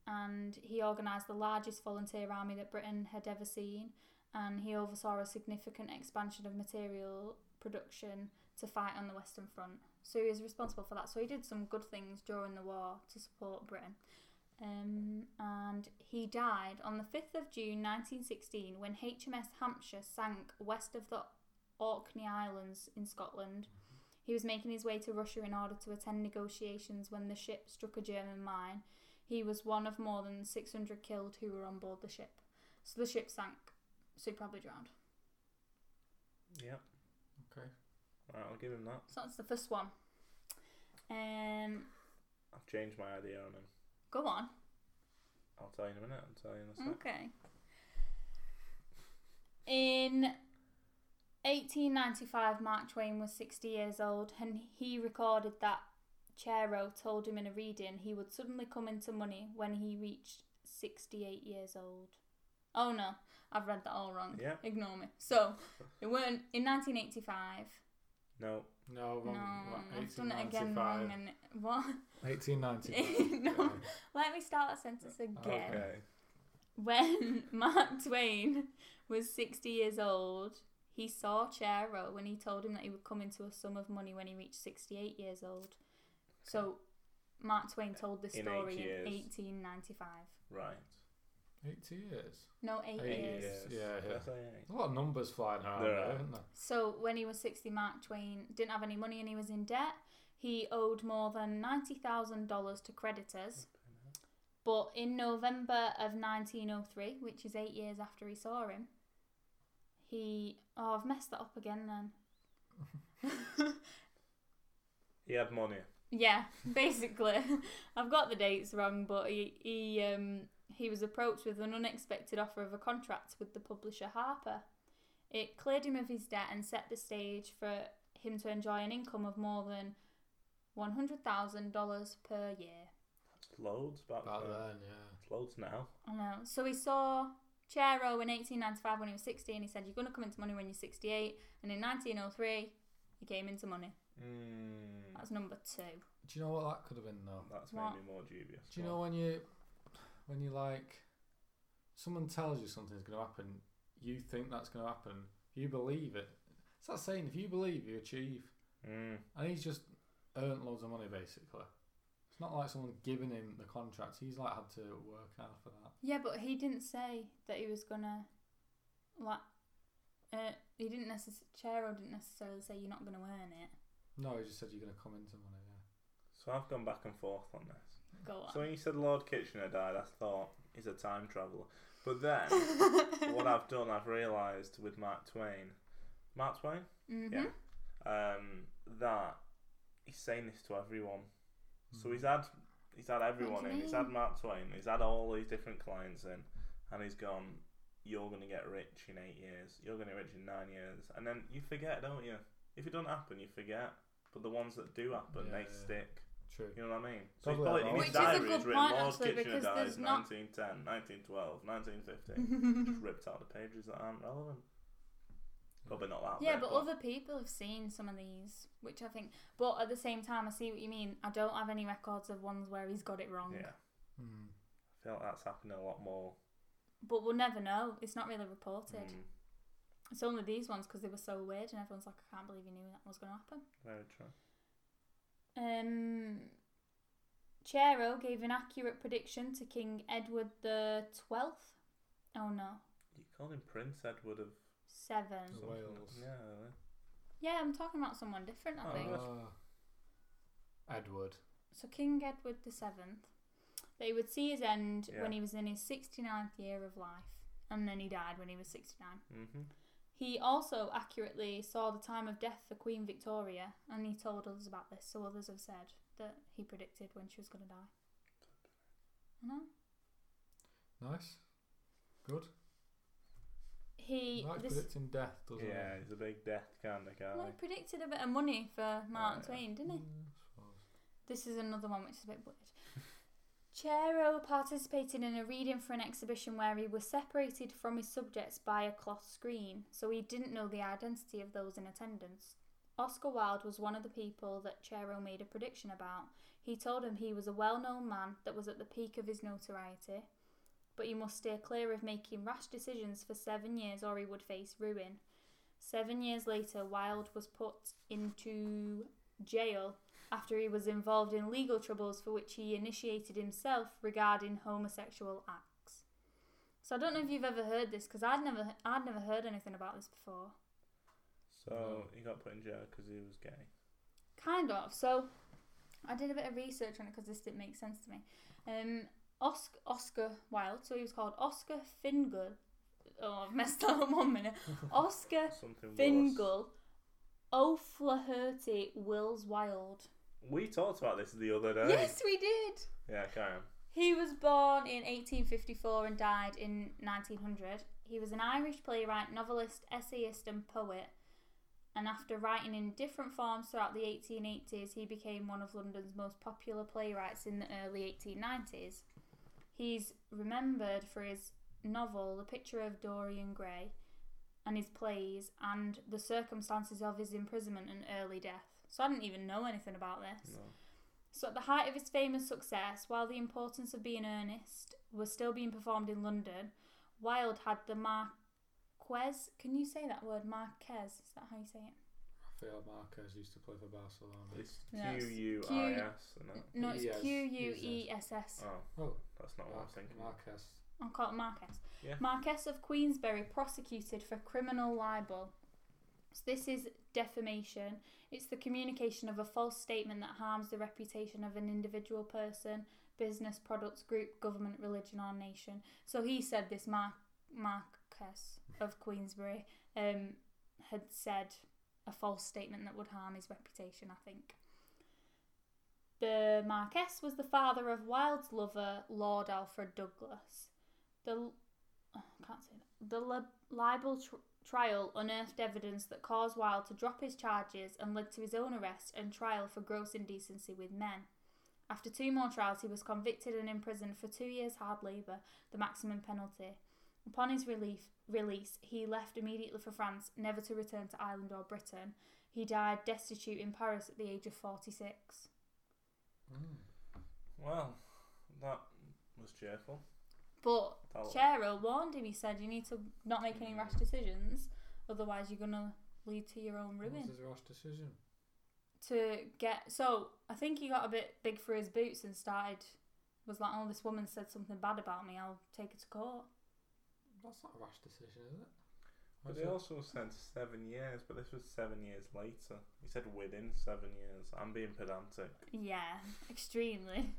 A: and he organised the largest volunteer army that Britain had ever seen. And he oversaw a significant expansion of material production to fight on the Western Front. So he was responsible for that. So he did some good things during the war to support Britain. Um, and he died on the 5th of June 1916 when HMS Hampshire sank west of the Orkney Islands in Scotland. He was making his way to Russia in order to attend negotiations when the ship struck a German mine. He was one of more than 600 killed who were on board the ship. So the ship sank, so he probably drowned.
C: Yep.
B: Okay.
C: Alright, I'll give him that.
A: So that's the first one. Um,
C: I've changed my idea on him.
A: go on.
C: I'll tell you in a minute. I'll tell you in a sec.
A: Okay. In 1895, Mark Twain was 60 years old, and he recorded that Chero told him in a reading he would suddenly come into money when he reached 68 years old. Oh no, I've read that all wrong.
C: Yeah.
A: Ignore me. So, it weren't in 1985.
C: No.
B: No,
A: No,
B: wrong. wrong.
A: I've done it again wrong. And what?
B: 1895.
A: No.
B: Yeah.
A: Let me start that sentence again
C: Okay.
A: when Mark Twain was 60 years old, he saw Chero when he told him that he would come into a sum of money when he reached 68 years old. So Mark Twain told this
C: In eight
A: story
C: years.
A: in 1895.
C: Right.
B: Eighty years.
A: No, eight,
B: Eight
A: years.
B: years. Yeah,
C: Did I
B: yeah.
C: say eight?
B: There's a lot of numbers flying around
C: There
B: there,
C: are.
B: isn't there?
A: So when he was 60, Mark Twain didn't have any money and he was in debt. He owed more than $90,000 to creditors. But in November of 1903, which is eight years after he saw him, he. Oh, I've messed that up again then.
C: He had money.
A: yeah, basically. I've got the dates wrong, but he, he, um, he was approached with an unexpected offer of a contract with the publisher Harper. It cleared him of his debt and set the stage for him to enjoy an income of more than $100,000 per year.
C: That's loads back
B: Back
C: then.
B: then, yeah.
C: It's loads now.
A: I know. So he saw Chero in 1895 when he was 60, and he said, "You're going to come into money when you're 68." And in 1903, he came into money.
C: Mm.
A: That's number two.
B: Do you know what that could have been though?
C: That's
A: What?
C: made me more dubious.
B: Do you know when you when you like someone tells you something's going to happen, you think that's going to happen, you believe it. It's that saying: if you believe, you achieve.
C: Mm.
B: and he's just earned loads of money basically. It's not like someone giving him the contract. He's like had to work hard for that.
A: Yeah, but he didn't say that he was gonna, like, uh, he didn't necessarily. Chero didn't necessarily say you're not gonna earn it.
B: No, he just said you're going to come into money. Yeah.
C: So I've gone back and forth on this.
A: Go on.
C: So when you said Lord Kitchener died, I thought he's a time traveller. But then, what I've done, I've realised with Mark Twain, Mark Twain,
A: mm-hmm.
C: yeah. um, that he's saying this to everyone. So he's had he's had everyone
A: do
C: in.
A: you
C: He's had
A: mean?
C: Mark Twain. He's had all these different clients in, and he's gone. You're gonna get rich in eight years. You're gonna get rich in nine years, and then you forget, don't you? If it doesn't happen, you forget. But the ones that do happen, they
B: Yeah.
C: stick.
B: Mm, True.
C: You know what I mean? So he's
B: Probably
C: probably in
B: about
C: his
A: Which is a
C: diary,
A: good
C: he's written
A: point,
C: Lord
A: actually,
C: Kitchener
A: because
C: dies
A: there's not- Mm-hmm.
C: 1910, 1912, 1915. Just ripped out the pages that aren't relevant. Probably not that.
A: Yeah,
C: bit,
A: but other people have seen some of these, which I think. But at the same time, I see what you mean. I don't have any records of ones where he's got it wrong.
C: Yeah,
B: Mm.
C: I feel like that's happening a lot more.
A: But we'll never know. It's not really reported.
C: Mm,
A: It's only these ones because they were so weird, and everyone's like, I can't believe you knew that was going to happen.
C: very true.
A: Um, Chero gave an accurate prediction to King Edward the Twelfth. Oh no,
C: You called him Prince Edward of
A: seven.
B: The Wales.
C: Yeah, really.
A: Yeah, I'm talking about someone different. I
C: Oh,
A: think.
C: right.
B: Uh, Edward.
A: So King Edward the Seventh, that he would see his end
C: Yeah.
A: when he was in his 69th year of life, and then he died when he was 69.
C: Mhm.
A: He also accurately saw the time of death for Queen Victoria, and he told others about this. So others have said that he predicted when she was going to die. I know.
B: Nice. Good.
A: He
B: Likes
A: this
B: predicting death, doesn't
C: Yeah,
B: it?
C: he's a big death kind of guy.
A: well, he predicted a bit of money for Mark
C: yeah.
A: Twain, didn't he?
B: Mm, suppose.
A: This is another one which is a bit weird. Chero participated in a reading for an exhibition where he was separated from his subjects by a cloth screen, so he didn't know the identity of those in attendance. Oscar Wilde was one of the people that Chero made a prediction about. He told him he was a well known man that was at the peak of his notoriety, but he must steer clear of making rash decisions for seven years or he would face ruin. Seven years later, Wilde was put into jail after he was involved in legal troubles for which he initiated himself regarding homosexual acts. So I don't know if you've ever heard this because I'd never I'd never heard anything about this before.
C: So he got put in jail because he was gay.
A: Kind of. So I did a bit of research on it because this didn't make sense to me. Um, Oscar, Oscar Wilde. So he was called Oscar Fingal. Oh, I've messed that up one minute. Oscar
C: Something worse.
A: Fingal O'Flaherty Wills Wilde.
C: We talked about this the other day.
A: Yes, we did.
C: Yeah, carry on.
A: He was born in 1854 and died in 1900. He was an Irish playwright, novelist, essayist, and poet. And after writing in different forms throughout the 1880s, he became one of London's most popular playwrights in the early 1890s. He's remembered for his novel The Picture of Dorian Gray and his plays and the circumstances of his imprisonment and early death. So I didn't even know anything about this.
C: No.
A: So, at the height of his fame and success, while the importance of being earnest was still being performed in London, Wilde had the Marquez. Can you say that word? Marquez? Is that how you say it?
B: Rafael Marquez used to play for Barcelona.
C: It's
A: No, it's
C: Q U I S, isn't it?
A: No, it's
B: Yes,
A: Q U E S S.
C: Oh,
B: Oh,
C: that's not what I'm
B: Mar-
C: thinking.
B: Marquez.
A: I'll call it Marquez.
C: Yeah.
A: Marquess of Queensberry prosecuted for criminal libel. So this is defamation. It's the communication of a false statement that harms the reputation of an individual person, business, products, group, government, religion, or nation. So he said this Mar- Marquess of Queensberry um, had said a false statement that would harm his reputation, I think. The Marquess was the father of Wilde's lover, Lord Alfred Douglas. The oh, I can't say that. The lib- libel tr- trial unearthed evidence that caused Wilde to drop his charges and led to his own arrest and trial for gross indecency with men. After two more trials, he was convicted and imprisoned for two years' hard labour, the maximum penalty. Upon his relief, release, he left immediately for France, never to return to Ireland or Britain. He died destitute in Paris at the age of 46.
C: Well, that was cheerful.
A: But
C: That'll-
A: Chero warned him. He said, "You need to not make any
C: Oh. Mm.
A: rash decisions, otherwise you're gonna lead to your own
B: What was
A: ruin."
B: his rash decision?
A: to get. So I think he got a bit big for his boots and started was like, "Oh, this woman said something bad about me. I'll take her to court."
B: That's not a rash decision, is it?
C: But
B: Was
C: they
B: it?
C: also said seven years, but this was seven years later. He said within seven years. I'm being pedantic.
A: Yeah, extremely.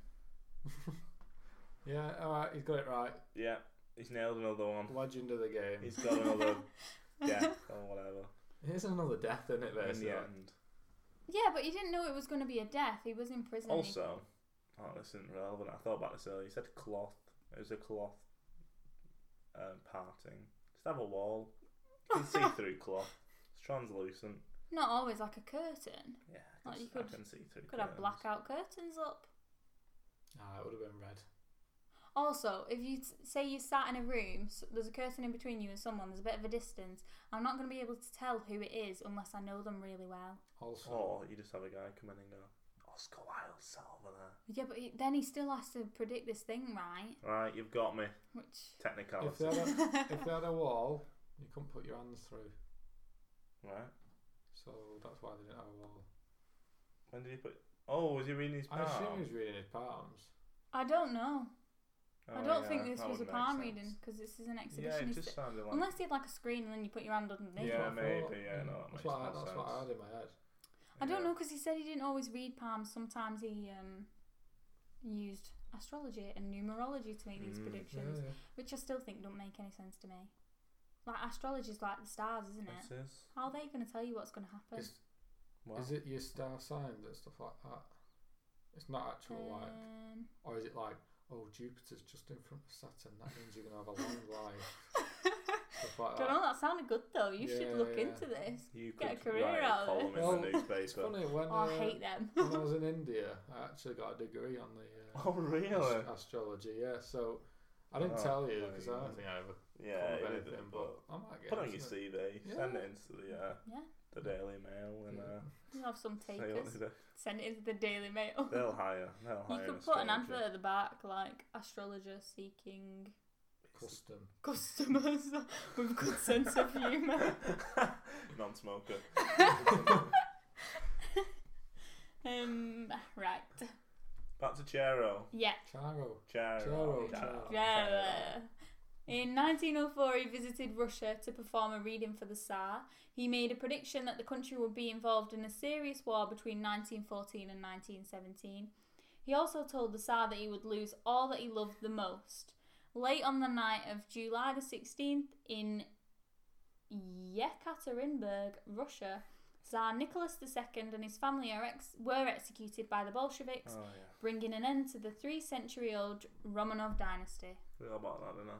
B: yeah, alright, he's got it right.
C: Yeah, he's nailed another one.
B: Legend of the game.
C: He's got another death or whatever.
B: Here's another death, isn't it,
C: in the
B: basically?
C: end.
A: Yeah, but he didn't know it was going to be a death. He was in prison. He-
C: Also, oh, this isn't relevant. I thought about this earlier. You said cloth. It was a cloth um, parting. Just have a wall. You can see through cloth. It's translucent.
A: not always like a curtain.
C: Yeah, I
A: Like, Oh,
C: can,
A: you
C: s-
A: could-
C: I can see through.
A: You could have
C: curtains.
A: blackout curtains up.
B: Ah, it would have been red.
A: Also, if you s- say you sat in a room, s there's a curtain in between you and someone. There's a bit of a distance. I'm not going to be able to tell who it is unless I know them really well.
B: Also,
C: Or you just have a guy come in and go, Oscar Wilde sat over there.
A: Yeah, but he, then he still has to predict this thing, right?
C: Right, you've got me.
A: Which
B: if
C: Technicality.
B: they, had a, if they had a wall, you couldn't put your hands through.
C: Right.
B: So that's why they didn't have a wall.
C: When did he put? Oh, was he reading his
B: I
C: palm?
B: assume he was reading his palms.
A: I don't know.
C: Oh,
A: I don't
C: yeah,
A: think this
C: that
A: was a
C: would make
A: palm
C: sense.
A: reading because this is an
C: Yeah,
A: exhibition.
C: it
A: He's-
C: just sounded like.
A: Unless he had like a screen and then you put your hand underneath.
C: Yeah,
B: That's what I
C: maybe,
B: thought.
C: yeah, no, that
B: that's
C: makes
B: what I,
C: more
B: that's what I
C: sense.
B: had in my head.
A: I don't
C: yeah.
A: know because he said he didn't always read palms. Sometimes he um, used astrology and numerology to make these
C: Mm.
B: Yeah,
A: predictions,
B: yeah.
A: which I still think don't make any sense to me. Like astrology's like the stars, isn't it?
C: This is.
A: How are they going to tell you what's going to happen?
B: Is,
C: Wow.
B: is it your star signs and stuff like that? It's not actual like,
A: Um,
B: or is it like, oh, Jupiter's just in front of Saturn. That means you're gonna have a long life. Stuff like
A: don't know.
B: that.
A: That sounded good though. You
B: Yeah,
A: should look
B: yeah.
A: into this.
C: You could
A: Get a career
C: write
A: out
C: a
A: of
B: it.
C: column in the
B: Well, It's
C: newspaper.
B: funny when,
A: Oh, I
B: uh,
A: hate them.
B: when I was in India, I actually got a degree on the uh,
C: Oh really?
B: ast- astrology. Yeah, so I didn't
C: Oh,
B: tell you
C: well,
B: because
C: you
B: I
C: know.
B: don't think I ever
C: Yeah,
B: thought of
C: you
B: anything,
C: did,
B: but
C: but
B: I might get
C: put on
B: into
C: your
B: it.
C: CV,
B: Yeah.
C: send it into the uh,
A: Yeah.
C: the Daily Mail, and
B: Yeah.
C: uh,
A: Just have some
C: see what
A: takers.
C: they do.
A: Send it into the Daily Mail.
C: They'll hire. They'll
A: You
C: hire.
A: could put an advert
C: astrologer.
A: at the back like astrologer seeking
B: Custom.
A: customers with good sense of humour.
C: Non-smoker.
A: Um, right.
C: Back to Chero.
A: Yeah.
B: Charo.
C: Chero.
B: Chero,
C: Oh,
B: Chero.
A: Yeah. In 1904, he visited Russia to perform a reading for the Tsar. He made a prediction that the country would be involved in a serious war between 1914 and 1917. He also told the Tsar that he would lose all that he loved the most. Late on the night of July the 16th in Yekaterinburg, Russia, Tsar Nicholas II and his family are ex- were executed by the Bolsheviks,
C: Oh yeah.
A: bringing an end to the three century old Romanov dynasty.
C: Feel about that, don't I?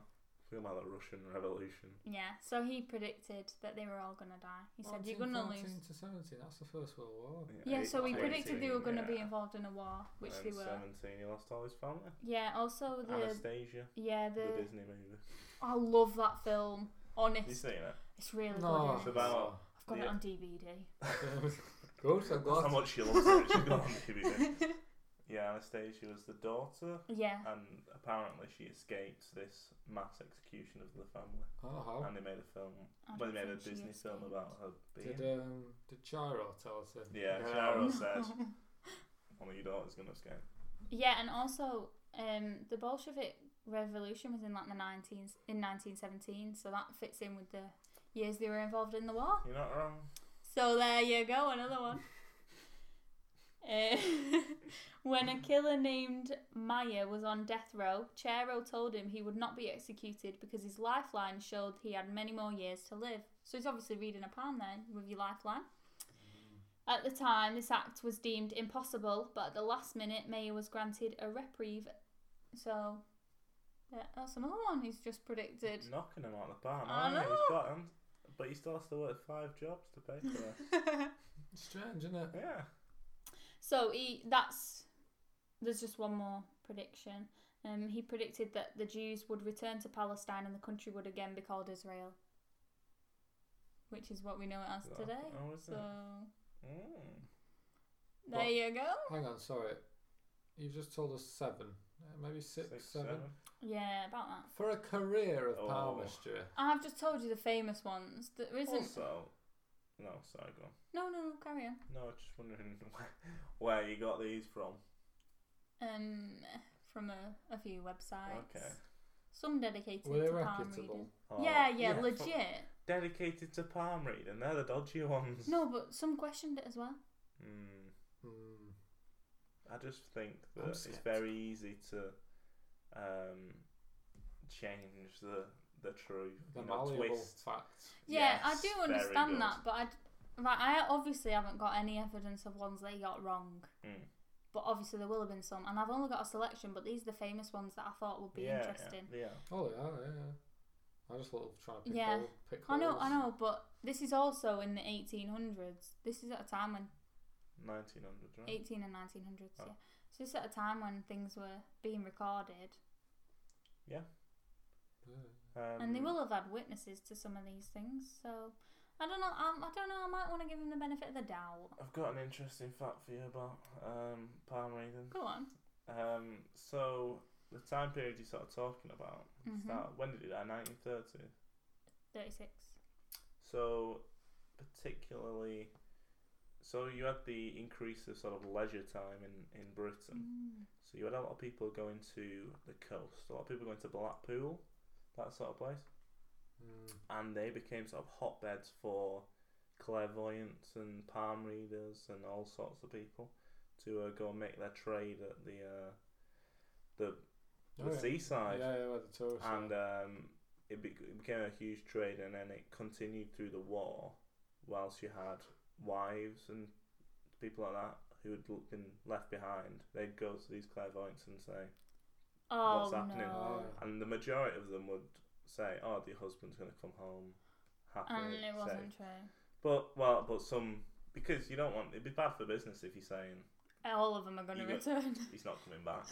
C: Feel about the Russian Revolution.
A: Yeah, so he predicted that they were all going to die. He said, You're going to
B: 1914
A: lose.
B: to 17, that's the First World War.
A: Yeah, so he
B: eight-
A: predicted they were going to be
C: yeah.
A: involved in a war, which
C: and
A: they were.
C: Seventeen, he lost all his family.
A: Yeah, also the.
C: Anastasia,
A: Yeah,
C: the,
A: the.
C: Disney movie.
A: I love that film.
C: You
A: Honest.
C: seen it?
A: It's really
B: No.
A: good.
C: It's
A: isn't it?
C: about
A: I've got it
C: yeah.
A: on DVD.
B: Good, I'm
C: That's
B: glad.
C: how much she loves it. She's got on DVD. Yeah, Anastasia was the daughter,
A: Yeah.
C: and apparently she escaped this mass execution of the family.
B: Oh, how?
C: And they made a film.
A: I
C: Well,
A: don't
C: they made a
A: think she
C: Disney film
A: escaped.
C: about her being.
B: Did, um, did Chiro tell us it?
C: yeah,
B: No.
C: Cheryl said, "One of your daughters gonna escape."
A: Yeah, and also um, the Bolshevik Revolution was in like the 19s, in 1917, so that fits in with the years they were involved in the war.
C: You're not wrong.
A: So there you go, another one. Uh, when a killer named Maya was on death row, Chero told him he would not be executed because his lifeline showed he had many more years to live. So he's obviously reading a palm then with your lifeline. At the time, this act was deemed impossible, but at the last minute, Maya was granted a reprieve. So yeah, that's another one he's just predicted.
C: Knocking him out of the barn.
A: I
C: aren't he?
A: know.
C: He's got him, but he still has to work five jobs to pay for this.
B: Strange, isn't it?
C: yeah.
A: So he that's there's just one more prediction. Um, he predicted that the Jews would return to Palestine and the country would again be called Israel, which is what we know it as
C: Is that-
A: today.
C: oh, is it?
A: So
C: Mm.
A: there
B: Well-
A: you go.
B: Hang on, sorry. You just told us seven, uh, maybe six,
C: Six,
B: seven.
C: seven.
A: Yeah, about that.
B: For a career of
C: Oh.
B: palmistry.
A: I've just told you the famous ones. There isn't.
C: Also, No, sorry, go on.
A: No, no, no, carry on.
C: No, I was just wondering where you got these from.
A: Um, from a, a few websites.
C: Okay.
A: Some dedicated
B: Were they
A: to palm
B: reputable?
A: reading.
C: Oh,
A: yeah, yeah,
B: yeah,
A: legit.
C: Dedicated to palm reading. They're the dodgy ones.
A: No, but some questioned it as well.
C: Mm,
B: Mm.
C: I just think
B: I'm
C: that it's
B: skeptical.
C: very easy to um, change the the truth.
B: The
C: you know,
B: malleable
C: twist.
B: facts.
A: Yeah,
C: Yes,
A: I do
C: very
A: understand
C: good.
A: that, but I, d- right, I obviously haven't got any evidence of ones they got wrong.
C: Mm.
A: But obviously there will have been some, and I've only got a selection. But these are the famous ones that I thought would be
C: yeah,
A: interesting.
C: Yeah.
B: Oh, they are, yeah, yeah. I just love trying to pick,
A: Yeah.
B: hole- pick
A: I know,
B: holes.
A: I know, but this is also in the 1800s. This is at a time when
C: Nineteen hundred, right?
A: 18 and 1900s,
C: Oh.
A: yeah. So this is at a time when things were being recorded,
B: Yeah.
C: Um,
A: and they will have had witnesses to some of these things. So I don't know. um, I, I don't know. I might want to give them the benefit of the doubt.
C: I've got an interesting fact for you about um, palm reading.
A: Go on.
C: Um, so the time period you're sort of talking about.
A: Mhm.
C: Start, when did it? die? 1930.
A: 36.
C: So, particularly, so you had the increase of sort of leisure time in, in Britain.
A: Mm.
C: So you had a lot of people going to the coast, a lot of people going to Blackpool, that sort of place,
B: Mm.
C: and they became sort of hotbeds for clairvoyants and palm readers and all sorts of people to uh, go and make their trade at the uh, the, the
B: Oh, yeah.
C: seaside
B: Yeah, yeah, where the tourists
C: and um, it, bec it became a huge trade, and then it continued through the war, whilst you had wives and people like that who had l- been left behind. They'd go to these clairvoyants and say,
A: Oh
C: What's happening?
A: no.
B: Yeah.
C: and the majority of them would say, "Oh, the husband's going to come home happy."
A: And Um, it
C: safe."
A: wasn't true.
C: But well, but some because you don't want it'd be bad for business if you're saying
A: Uh, All of them are going to
C: You got-
A: return.
C: he's not coming back.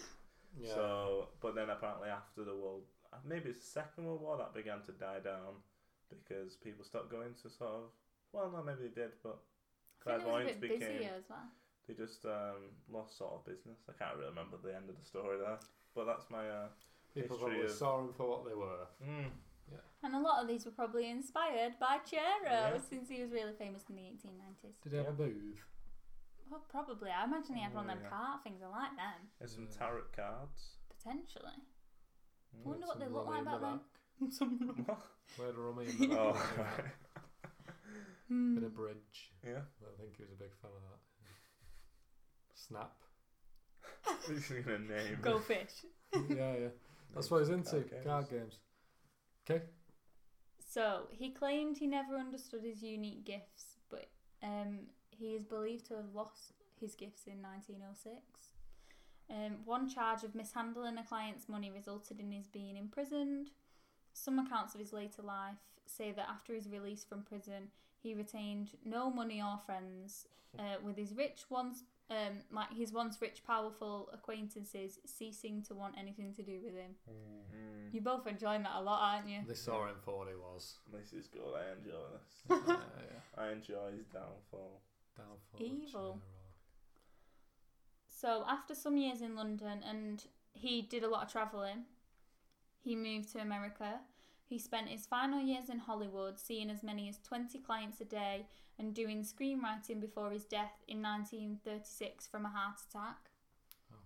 B: yeah.
C: So, but then apparently after the world, maybe it's the Second World War that began to die down because people stopped going to sort of. Well, no, maybe they did, but
A: I think it was a bit
C: clairvoyants became.
A: busier as well.
C: They just um, lost sort of business. I can't really remember the end of the story there, but that's my. Uh,
B: people
C: history
B: probably
C: of-
B: saw them for what they were.
C: mm,
A: And a lot of these were probably inspired by Chero,
C: Yeah.
A: since he was really famous in the 1890s.
B: Did they have
C: Yeah.
B: a booth?
A: Well, probably. I imagine he had one of them
C: Oh, Yeah.
A: cart things. I like them,
C: there's some
B: Yeah.
C: tarot cards.
A: potentially.
C: Mm.
A: I wonder
B: Hmm. Some
A: what they look
B: rummy
A: like
B: in the
A: back then. Some
B: Where the rummy in the
C: oh,
B: back?
C: right.
A: hmm.
B: In a bridge.
C: yeah.
B: I think he was a big fan of that. Snap.
C: This is gonna name.
A: Go fish.
B: yeah, yeah. That's what he's
C: Name
B: into.
C: some
B: Card games.
A: So, he claimed he never understood his unique gifts, but um, he is believed to have lost his gifts in 1906. Um, one charge of mishandling a client's money resulted in his being imprisoned. Some accounts of his later life say that after his release from prison, he retained no money or friends, uh, with his rich once um, like his once rich, powerful acquaintances ceasing to want anything to do with him.
C: Mm.
A: You're both enjoying that a lot, aren't you?
B: They saw him for what he was.
C: This is good. I enjoy
B: yeah,
C: this.
B: yeah.
C: I enjoy his downfall.
B: Downfall of
A: Evil.
B: Chiro.
A: So after some years in London, and he did a lot of traveling, he moved to America. He spent his final years in Hollywood, seeing as many as 20 clients a day and doing screenwriting before his death in 1936 from a heart attack.
B: Oh.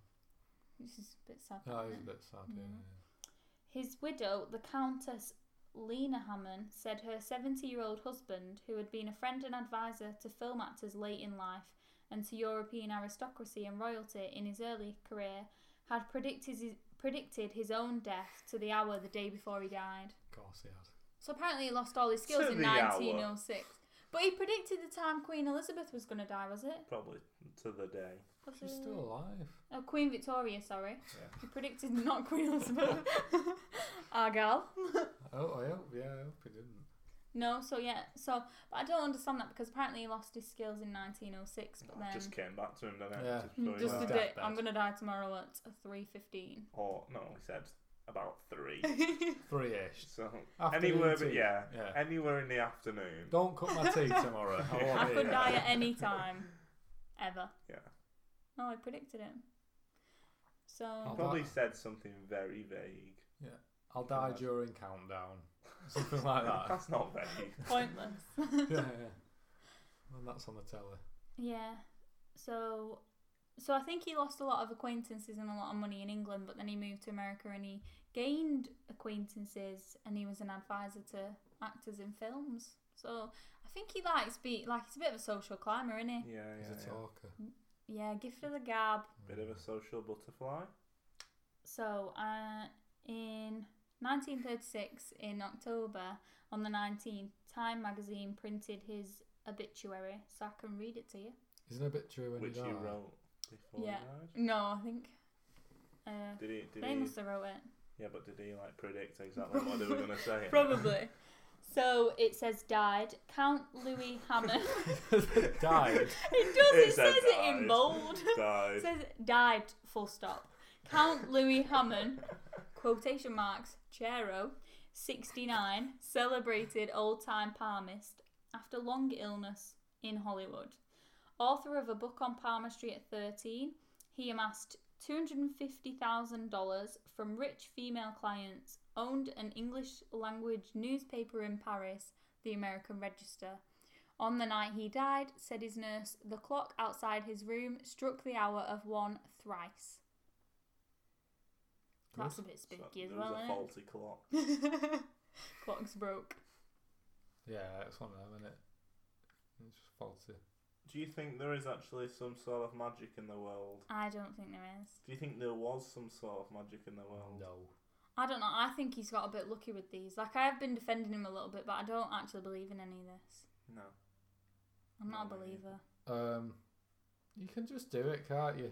A: This is a bit sad.
B: Oh,
A: isn't
B: he's
A: it?
B: a bit sad, yeah.
A: Yeah. His widow, the Countess Lena Hammond, said her 70 year old husband, who had been a friend and advisor to film actors late in life and to European aristocracy and royalty in his early career, had predicted his, predicted his own death to the hour the day before he died.
B: Of course he had.
A: So apparently he lost all his skills
C: To
A: in
C: the hour.
A: 1906. But he predicted the time Queen Elizabeth was going to die, was it?
C: Probably to the day.
A: Was
B: She's
A: it-
B: still alive.
A: Oh, Queen Victoria, sorry.
C: Yeah.
A: He predicted not Queen Elizabeth. Argyle.
B: Oh, I hope, yeah, I hope he didn't.
A: No, so yeah, so but I don't understand that because apparently he lost his skills in 1906, but then
C: just came back to him, didn't it?
B: Yeah.
C: Just
A: Mm,
C: before he
A: just a
C: died.
B: Well,
A: bit.
B: deathbed.
A: I'm gonna die tomorrow at 3:15.
C: Or Oh, no, he said about three.
B: Three ish.
C: so
B: Anywhere,
C: anywhere, but yeah,
B: Yeah.
C: anywhere in the afternoon.
B: Don't cut my teeth tomorrow. I,
C: I
A: I
B: want
A: could
B: it.
A: die at any time, ever.
C: Yeah.
A: No, I predicted it. So
B: Oh.
C: Probably
B: that-
C: said something very vague.
B: I'll die during countdown. Something like that.
C: That's not vague.
A: pointless.
B: yeah, yeah. And that's on the telly.
A: Yeah. So so I think he lost a lot of acquaintances and a lot of money in England, but then he moved to America and he gained acquaintances and he was an advisor to actors in films. So I think he likes be like he's a bit of a social climber, isn't he?
C: Yeah, yeah.
B: He's a
C: yeah.
B: talker.
A: Yeah, gift of the gab.
C: Bit of a social butterfly.
A: So uh, in 1936, in October on the 19th, Time magazine printed his obituary, so I can read it to you.
B: Isn't it a bit true when
C: which
B: you
C: he
B: die?
C: wrote before
A: Yeah.
C: he
A: No, I think uh,
C: died. Did he? Did
A: they
C: he?
A: must have wrote it.
C: Yeah, but did he like predict exactly what they were gonna say?
A: Probably. So it says died Count Louis Hammond.
B: Died.
A: it does. It,
C: It said
A: says it in
C: died.
A: bold.
C: Died.
A: it says died. Full stop. Count Louis Hammond. Quotation marks. Chero, sixty-nine, celebrated old-time palmist after long illness in Hollywood. Author of a book on palmistry at thirteen, he amassed $250,000 from rich female clients, owned an English language newspaper in Paris, the American Register. On the night he died, said his nurse, the clock outside his room struck the hour of one thrice. That's a bit
C: So
A: spooky as
C: there
A: well,
C: was a
A: isn't
C: faulty clock.
A: it? Clock's broke.
B: yeah, it's one of them, isn't it? It's just faulty.
C: Do you think there is actually some sort of magic in the world?
A: I don't think there is.
C: Do you think there was some sort of magic in the world?
B: No.
A: I don't know. I think he's got a bit lucky with these. Like, I have been defending him a little bit, but I don't actually believe in any of this.
C: No.
A: I'm not a
C: No, me neither.
A: believer.
B: Um, you can just do it, can't you?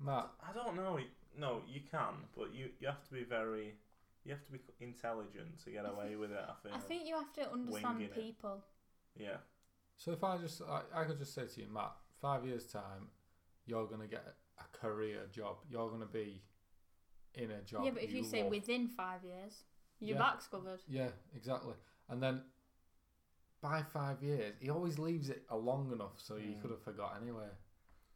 B: Matt,
C: I don't know. No, you can, but you you have to be very, you have to be intelligent to get
A: I
C: away
A: think-
C: with it. I think.
A: I think you have to understand
C: winging it.
A: people.
C: Yeah.
B: so if I just, I, I could just say to you, Matt, five years' time, you're going to get a, a career job. You're going to be in a job.
A: yeah, but if you, say
B: love.
A: within five years, your
B: Yeah.
A: back's covered.
B: Yeah, exactly. And then by five years, he always leaves it a long enough so you
C: Mm.
B: could have forgot anyway.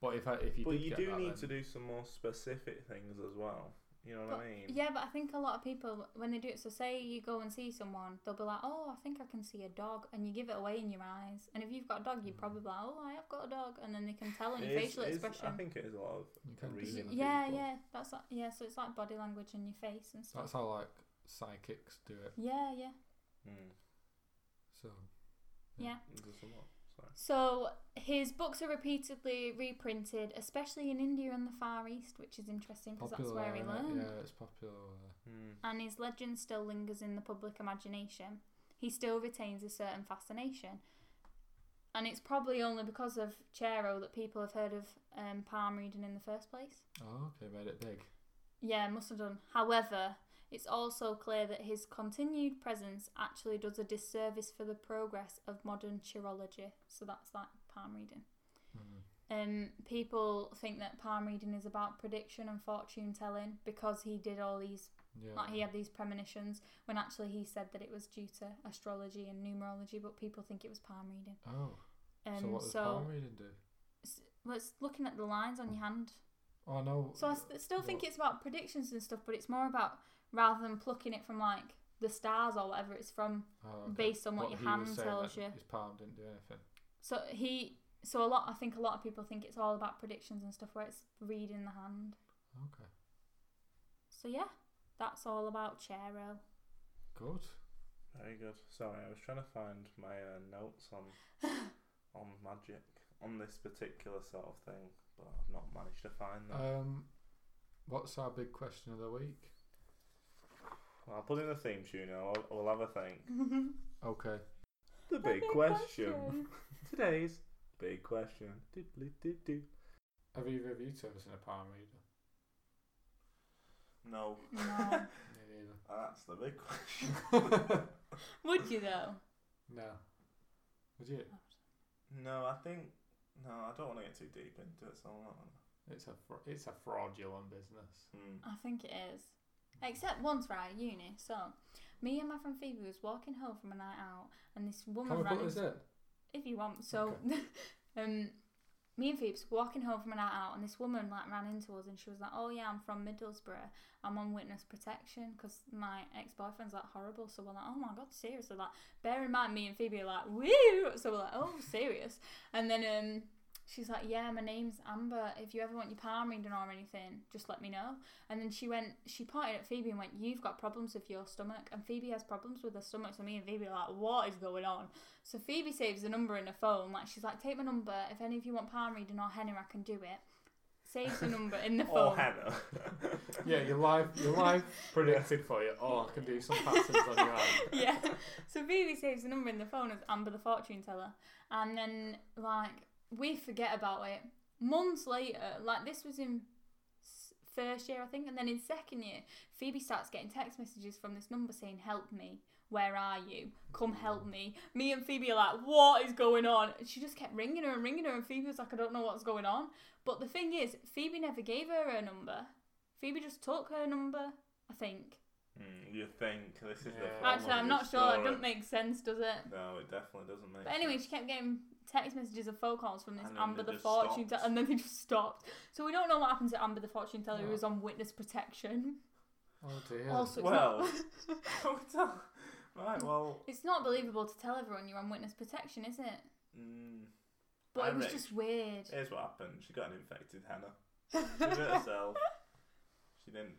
B: But if I, if you
C: but
B: did
C: you
B: get
C: do
B: that,
C: need
B: then-
C: to do some more specific things as well. You know what I mean?
A: Yeah, but I think a lot of people when they do it. So say you go and see someone, they'll be like, "Oh, I think I can see a dog," and you give it away in your eyes. And if you've got a dog, you're probably like, "Oh, I have got a dog," and then they can tell on
C: Mm. It
A: your
C: is-
A: facial
C: it is- I
A: expression.
C: think it is a lot of
B: You can
A: Y-
C: reading.
B: reason
A: yeah,
C: people.
A: yeah, that's like, yeah. So it's like body language and your face and stuff.
B: that's how like psychics do it.
A: yeah, yeah.
C: Mm.
B: So
C: There's a lot. Sorry.
A: So his books are repeatedly reprinted, especially in India and the Far East, which is interesting because that's
B: popular.
A: where he
B: innit?
A: learned.
B: Yeah, it's popular.
C: Mm.
A: and his legend still lingers in the public imagination. He still retains a certain fascination. And it's probably only because of Chero that people have heard of um, palm reading in the first place.
B: Oh, okay, made it big.
A: Yeah, must have done. However, it's also clear that his continued presence actually does a disservice for the progress of modern chirology. So that's like palm reading.
B: Mm.
A: um, people think that palm reading is about prediction and fortune telling because he did all these,
B: Yeah.
A: like he had these premonitions when actually he said that it was due to astrology and numerology, but people think it was palm reading.
B: Oh, so
A: Um,
B: what
A: so,
B: does palm reading do?
A: well, it's looking at the lines on your hand.
B: Oh no.
A: So I s- still think it's about predictions and stuff, but it's more about rather than plucking it from like the stars or whatever it's from
B: oh, okay.
A: based on what your
B: he was
A: hand
B: saying
A: tells
B: that
A: you.
B: His palm didn't do anything.
A: So he, so a lot, I think a lot of people think it's all about predictions and stuff where it's reading the hand.
B: Okay.
A: So yeah, that's all about Chero.
B: Good.
C: Very good. Sorry, I was trying to find my uh, notes on on magic on this particular sort of thing, but I've not managed to find them.
B: Um, what's our big question of the week?
C: well, I'll put in the theme tune. and I'll, we'll have a think.
B: Okay.
C: The big, question. Today's big question. Doodly-doo-doo.
B: Have either of you two ever seen a palm reader?
C: No, uh,
A: No.
B: Neither.
C: that's the big question.
A: Would you though?
B: No. Would you?
C: No, I think no. I don't want to get too deep into it, so I'm not.
B: It's a fra- it's a fraudulent business.
C: Mm.
A: I think it is. Except once, right, at uni. So, me and my friend Phoebe was walking home from a night out, and this woman
B: Can we
A: ran.
B: put this
A: into-
B: in?
A: If you want, so. um, me and Phoebe's walking home from an night out, and this woman like ran into us, and she was like, "Oh yeah, I'm from Middlesbrough. I'm on witness protection because my ex-boyfriend's like horrible." So we're like, "Oh my god, seriously!" Like, bear in mind, me and Phoebe are like, "Woo!" So we're like, "Oh, serious?" And then um, she's like, "Yeah, my name's Amber. If you ever want your palm reading or anything, just let me know." And then she went, she pointed at Phoebe and went, "You've got problems with your stomach." And Phoebe has problems with her stomach, so me and Phoebe are like, "What is going on?" So Phoebe saves the number in her phone. Like she's like, take my number. If any of you want palm reading or henna, I can do it. Saves the number in the
C: Or
A: phone.
C: Hannah.
B: Yeah, your life, your life predicted for you. Oh, I can do some patterns on your hand.
A: yeah. So Phoebe saves the number in the phone as Amber the fortune teller, and then like we forget about it. Months later, like this was in s- first year I think, and then in second year, Phoebe starts getting text messages from this number saying "Help me." Where are you? Come help me. Me and Phoebe are like, what is going on? And she just kept ringing her and ringing her, and Phoebe was like, I don't know what's going on. But the thing is, Phoebe never gave her her number. Phoebe just took her number, I think.
C: Mm, you think this is the
B: Yeah.
C: problem
A: Actually, I'm
C: with
A: not
C: this
A: sure. It
C: story.
A: doesn't make sense, does it?
C: No, it definitely doesn't make.
A: But anyway,
C: sense.
A: she kept getting text messages and phone calls from this
C: And then
A: Amber
C: they
A: the
C: just
A: Fortune
C: stopped.
A: teller, and then they just stopped. So we don't know what happened to Amber the Fortune teller who
B: No.
A: was on witness protection.
B: Oh dear.
A: Also, it's,
C: Well,
A: not,
C: Don't tell- right. Well,
A: it's not believable to tell everyone you're on witness protection, is it?
C: mm,
A: But
C: I
A: it was
C: reckon-
A: just weird.
C: here's what happened. She got an infected Hannah. She hurt herself. She didn't.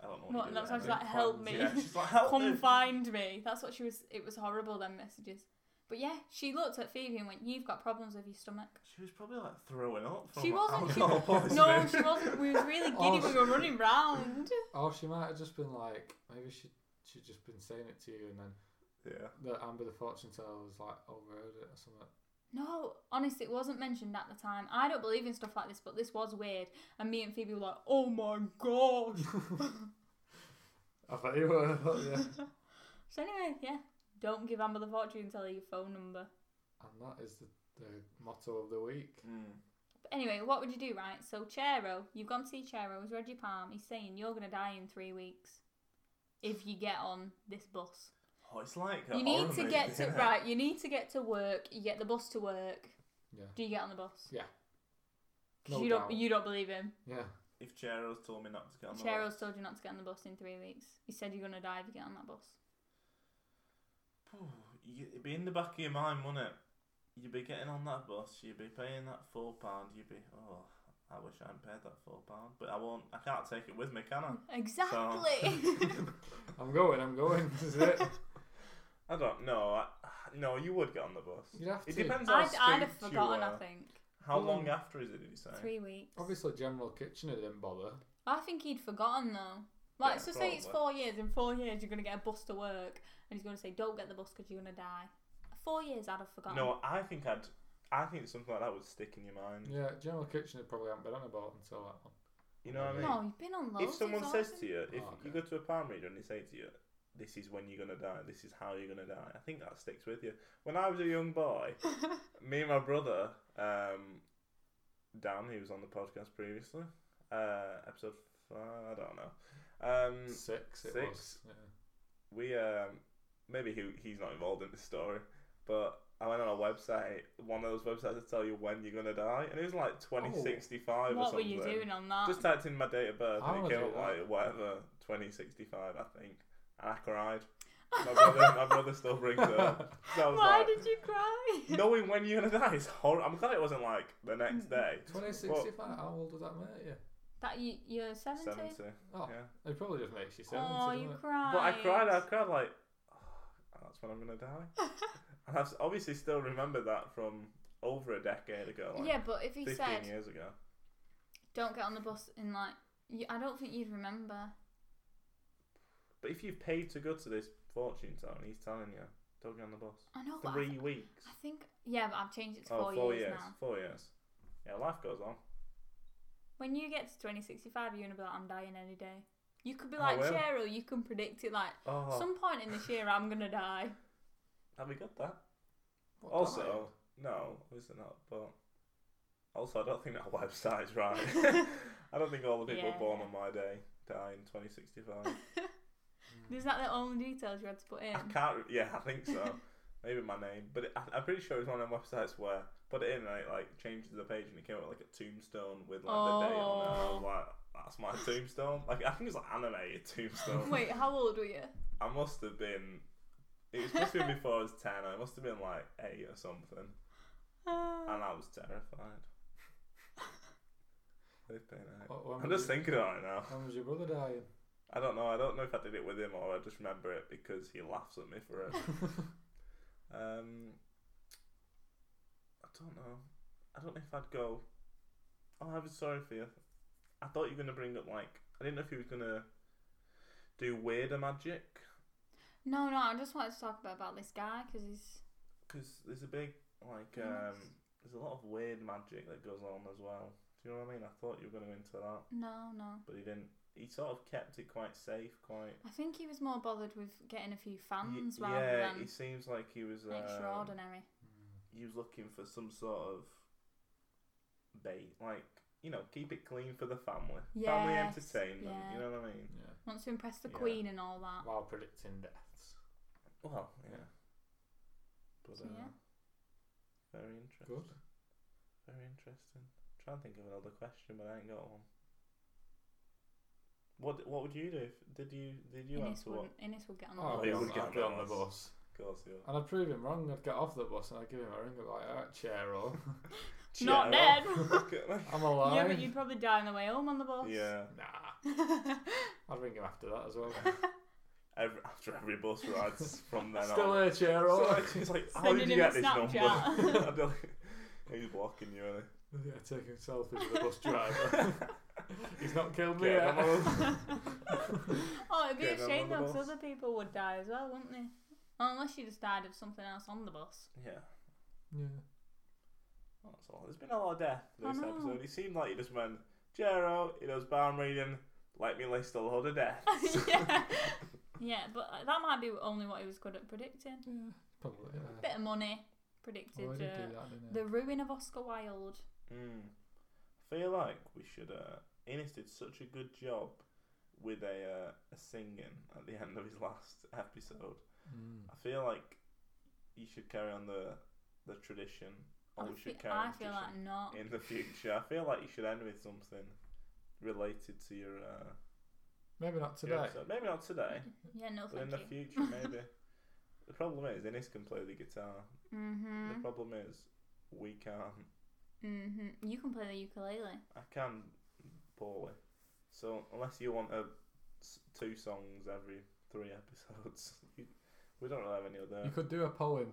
C: I don't know. What,
A: What,
C: you do
A: that's
C: with
A: why she's
C: Hannah.
A: like, "Help me."
C: Yeah, she's like, help
A: Come
C: me.
A: find me. That's what she was. It was horrible. Them messages. But yeah, she looked at Phoebe and went, "You've got problems with your stomach."
C: She was probably like throwing up. From
A: She
C: like,
A: wasn't, she-
C: Alcohol poisoning.
A: No, she wasn't. We was really giddy when we were running round.
B: Oh, she might have just been like, maybe she she just been saying it to you, and then
C: Yeah.
B: the Amber the fortune teller was like overheard it or something.
A: No, honestly, it wasn't mentioned at the time. I don't believe in stuff like this, but this was weird. And me and Phoebe were like, "Oh my gosh!"
B: I bet you were. Oh, yeah.
A: So anyway, yeah, don't give Amber the fortune teller your phone number.
B: And that is the, the motto of the week.
C: Mm.
A: But anyway, what would you do, right? So Chero, you've gone to see Chero. He's read your palm. He's saying you're gonna die in three weeks if you get on this bus.
C: Oh, it's like a
A: You need
C: horror
A: to
C: movie,
A: get to
C: isn't it?
A: right. You need to get to work. You get the bus to work.
B: Yeah.
A: Do you get on the bus?
B: Yeah.
A: 'Cause
B: No
A: you
B: doubt.
A: don't. You don't believe him.
B: Yeah.
C: If Chero's told me not to get on the
A: Chero's told you not to get on the bus in three weeks. He said you're gonna die if you get on that bus.
C: bus, you- it'd be in the back of your mind, wouldn't it? You'd be getting on that bus. You'd be paying that four pound. You'd be oh, I wish I'd paid that four pound, but I won't. I can't take it with me, can I?
A: Exactly.
B: I'm going. I'm going. This is it.
C: I don't know. I, no, you would get on the bus.
B: You'd have
C: It
B: to.
C: depends how
A: I'd, I'd have
C: spooked you
A: forgotten, I
C: were.
A: think.
C: How
B: Mm.
C: long after is it? Did you say?
A: Three weeks.
B: Obviously, General Kitchener didn't bother.
A: I think he'd forgotten, though. Like,
C: Yeah,
A: so say it's four
C: probably.
A: years. In four years, you're going to get a bus to work, and he's going to say, don't get the bus because you're going to die. Four years, I'd have forgotten.
C: No, I think I'd. I think something like that would stick in your mind.
B: Yeah, General Kitchener probably hadn't been on a boat until that one.
C: You know what I mean?
A: No, you've been on loads.
C: if someone
A: it's
C: says
A: awesome.
C: to you, if
B: Oh,
C: you
B: okay.
C: go to a palm reader and they say to you, "This is when you're gonna die. This is how you're gonna die," I think that sticks with you. When I was a young boy, me and my brother, um, Dan, who was on the podcast previously, uh, episode five, I don't know, um,
B: Six. It
C: Six.
B: was. Yeah.
C: we um, maybe he he's not involved in this story, but. I went on a website, one of those websites that tell you when you're gonna die, and it was like 2065 or
A: What were
C: something.
A: you doing on that?
C: Just typed in my date of birth
B: I
C: and it
B: wanna
C: came
B: do
C: up
B: that.
C: like whatever, 2065, I think. And I cried. My brother, my brother still brings it up. So I was
A: Why
C: like,
A: did you cry?
C: knowing when you're gonna die is horrible. I'm glad it wasn't like the next day.
B: 2065. How old was that make you?
A: that you, you're 70?
C: 70.
B: Oh,
C: Yeah.
B: it probably just makes you seventy.
A: Oh, you
B: doesn't it?
A: cried.
C: But I cried, I cried like, "Oh, that's when I'm gonna die. and I've obviously still remembered that from over a decade ago. Like
A: Yeah, but if he
C: 15
A: said,
C: years ago.
A: don't get on the bus in, like, you, I don't think you'd remember.
C: But if you've paid to go to this fortune teller and he's telling you, don't get on the bus.
A: I know, but I,
C: Three
A: th-
C: weeks.
A: I think, yeah, but I've changed it to
C: Oh,
A: four years now.
C: Four years. Yeah, life goes on.
A: When you get to 2065, you're going to be like, I'm dying any day. You could be
C: I
A: like
C: will.
A: Cheryl, you can predict it like,
C: Oh,
A: some point in this year, I'm going to die.
C: have we got that?
B: What
C: also, no, obviously not. But also, I don't think that website's right. I don't think all the people
A: Yeah.
C: born on my day die in 2065.
A: Mm. Is that the only details you had to put in?
C: I can't. re- Yeah, I think so. maybe my name, but it, I, I'm pretty sure it was one of them websites where put it in and it like changed the page and it came up with, like a tombstone with like the date on it. And I was like, that's my tombstone. Like I think it's like animated tombstone.
A: Wait, how old were you?
C: I must have been. It was supposed to be before I was ten. I must have been like eight or something,
A: Uh,
C: and I was terrified. They've been out.
B: What- when
C: I'm
B: was
C: just
B: your-
C: thinking about it now.
B: When was your brother dying?
C: I don't know. I don't know if I did it with him or I just remember it because he laughs at me for it.
B: Mm.
C: um, I don't know. I don't know if I'd go. Oh, I was sorry for you. I thought you were gonna bring up like I didn't know if you were gonna do weirder magic
A: no, no, I just wanted to talk a bit about this guy because he's
C: because there's a big like um,
A: Yes.
C: there's a lot of weird magic that goes on as well. Do you know what I mean? I thought you were gonna go into that,
A: no, no.
C: but he didn't. He sort of kept it quite safe, quite.
A: I think he was more bothered with getting a few
C: Y-
A: fans rather
C: yeah, he
A: than
C: seems like he was um,
A: extraordinary.
C: he was looking for some sort of bait, like you know, keep it clean for the family, family
A: Yes,
C: entertainment.
A: yeah.
C: You know what I mean?
B: yeah.
A: Wants to impress the
C: Yeah.
A: queen and all that.
B: While predicting deaths.
C: Well, yeah. But
A: So,
C: uh,
A: yeah.
C: very interesting.
B: Good.
C: Very interesting. I'm trying to think of another question, but I ain't got one. What What would you do? If, did you Did you
A: Innes
C: answer what?
A: would, Innes would get on the
B: Oh,
A: bus.
C: he
B: I'd
C: would
B: be
C: get
B: on-
C: on
B: I'd be
C: the
B: on the
C: bus.
B: bus.
C: Of course, you
B: And I'd prove him wrong. I'd get off the bus and I'd give him a ring. I'd be like, alright, chair up.
C: would.
A: Not
C: Yeah,
A: dead.
C: Look at me.
B: I'm
A: yeah,
B: alive.
A: but you'd probably die on the way home on the bus.
C: Yeah.
B: Nah. I'd ring him after that as well.
C: Every, after every bus ride from then
B: Still
C: on.
B: here, chair
C: So,
B: up.
C: like, she's like, how
A: Sending
C: did you
A: him
C: get
A: a
C: this number?
A: Snapchat.
C: I'd be like, he's blocking you, isn't
B: yeah, taking selfies with the bus driver. He's not killed me
C: Get
B: yet.
C: him on.
A: Oh, it'd be
C: Get
A: a
C: on
A: shame
C: the
A: though, because
C: bus.
A: other people would die as well, wouldn't they? Unless you just died of something else on the bus.
C: he? Yeah.
B: yeah.
C: That's all. There's been a lot of death
A: I
C: this
A: know.
C: episode. He seemed like he just went, Jero, he does barn reading, let me list a load of death.
A: yeah. yeah, but uh, that might be only what he was good at predicting.
B: Yeah. Probably. Yeah.
A: Bit of money predicted
C: Oh,
B: Well, he did do
A: uh,
B: that, didn't he?
A: the ruin of Oscar Wilde.
C: Mm. I feel like we should. Uh, Innes did such a good job with a, uh, a singing at the end of his last episode.
B: Mm.
C: I feel like you should carry on the the tradition, or
A: I
C: Oh, we should
A: fe-
C: carry
A: I
C: on the
A: feel like
C: tradition.
A: not.
C: in the future. I feel like you should end with something related to your, uh,
B: Maybe not
C: your
B: today.
C: episode. Maybe not today,
A: Yeah, no,
C: but in
A: thank
C: the
A: you.
C: future, maybe. the problem is, Innes can play the guitar. The
A: Mhm.
C: problem is, we can't.
A: Mhm. You can play the ukulele.
C: I can poorly. So, unless you want a, s- two songs every three episodes, you, we don't really have any
B: You
C: other.
B: could do a poem.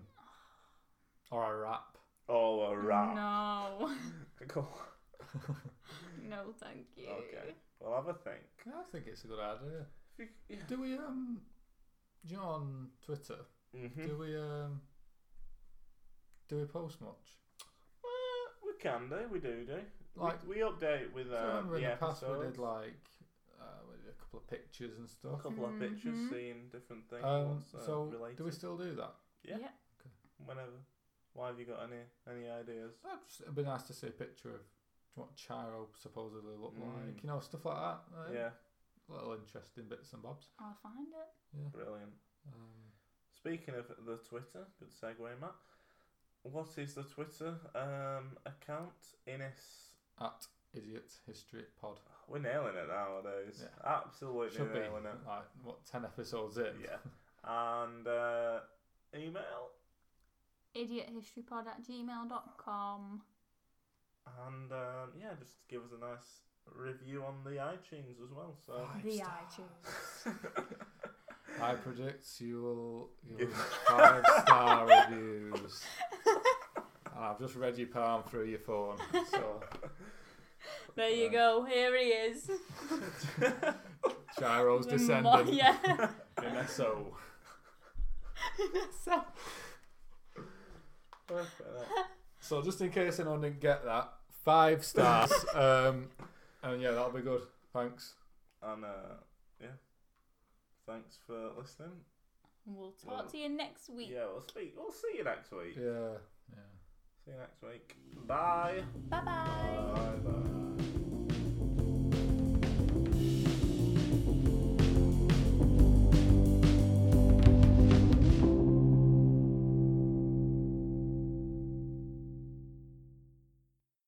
B: Or a rap.
C: Oh, a rap.
A: No.
C: Cool.
A: no, thank you.
C: Okay. Well, have a think.
B: I think it's a good idea.
C: If you- yeah.
B: Do we um do you know on Twitter?
C: Mhm.
B: Do we um do we post much?
C: Uh, we can do, we do do.
B: Like-
C: we, we update with
B: So I
C: uh,
B: remember in
C: the
B: the past we
C: episodes.
B: did like uh, we did a couple of pictures and
C: a
B: stuff.
C: couple of pictures,
A: Mhm.
C: seeing different things.
B: Um,
C: what's, uh,
B: so
C: related.
B: do we still do that?
C: Yeah.
A: Yeah.
C: Whenever. Why have you got any any ideas?
B: That'd just- It'd be nice to see a picture of what Chiro supposedly looked
C: Mm.
B: like. You know stuff like that. uh,
C: Yeah,
B: Little interesting bits and bobs.
A: I'll find it.
C: brilliant.
B: Um,
C: Speaking of the Twitter, good segue, Matt. What is the Twitter um, account? Innes.
B: at Idiot History Pod.
C: We're nailing it nowadays.
B: Yeah.
C: Absolutely
B: Should be
C: nailing it.
B: like what ten episodes in.
C: Yeah. And uh, email
A: Idiothistorypod at gmail.com.
C: and um, yeah, just give us a nice review on the iTunes as well. So.
B: Five
A: The
B: stars.
A: iTunes.
B: I predict you will give
C: Give-
B: us five star reviews. And I've just read your palm through your phone. So
A: There you
B: Uh,
A: go. Here he is.
B: Gyro's
A: The mo-
B: descendant
A: yeah.
B: in SO.
A: so,
B: So just in case anyone didn't get that, five stars. um, and yeah, that'll be good. Thanks.
C: and uh, yeah, thanks for listening.
A: we'll talk
C: Well,
A: to you next week.
C: Yeah, we'll speak. We'll see you next week.
B: Yeah. Yeah.
C: See you next week. Bye.
A: Bye bye.
C: Bye. Bye.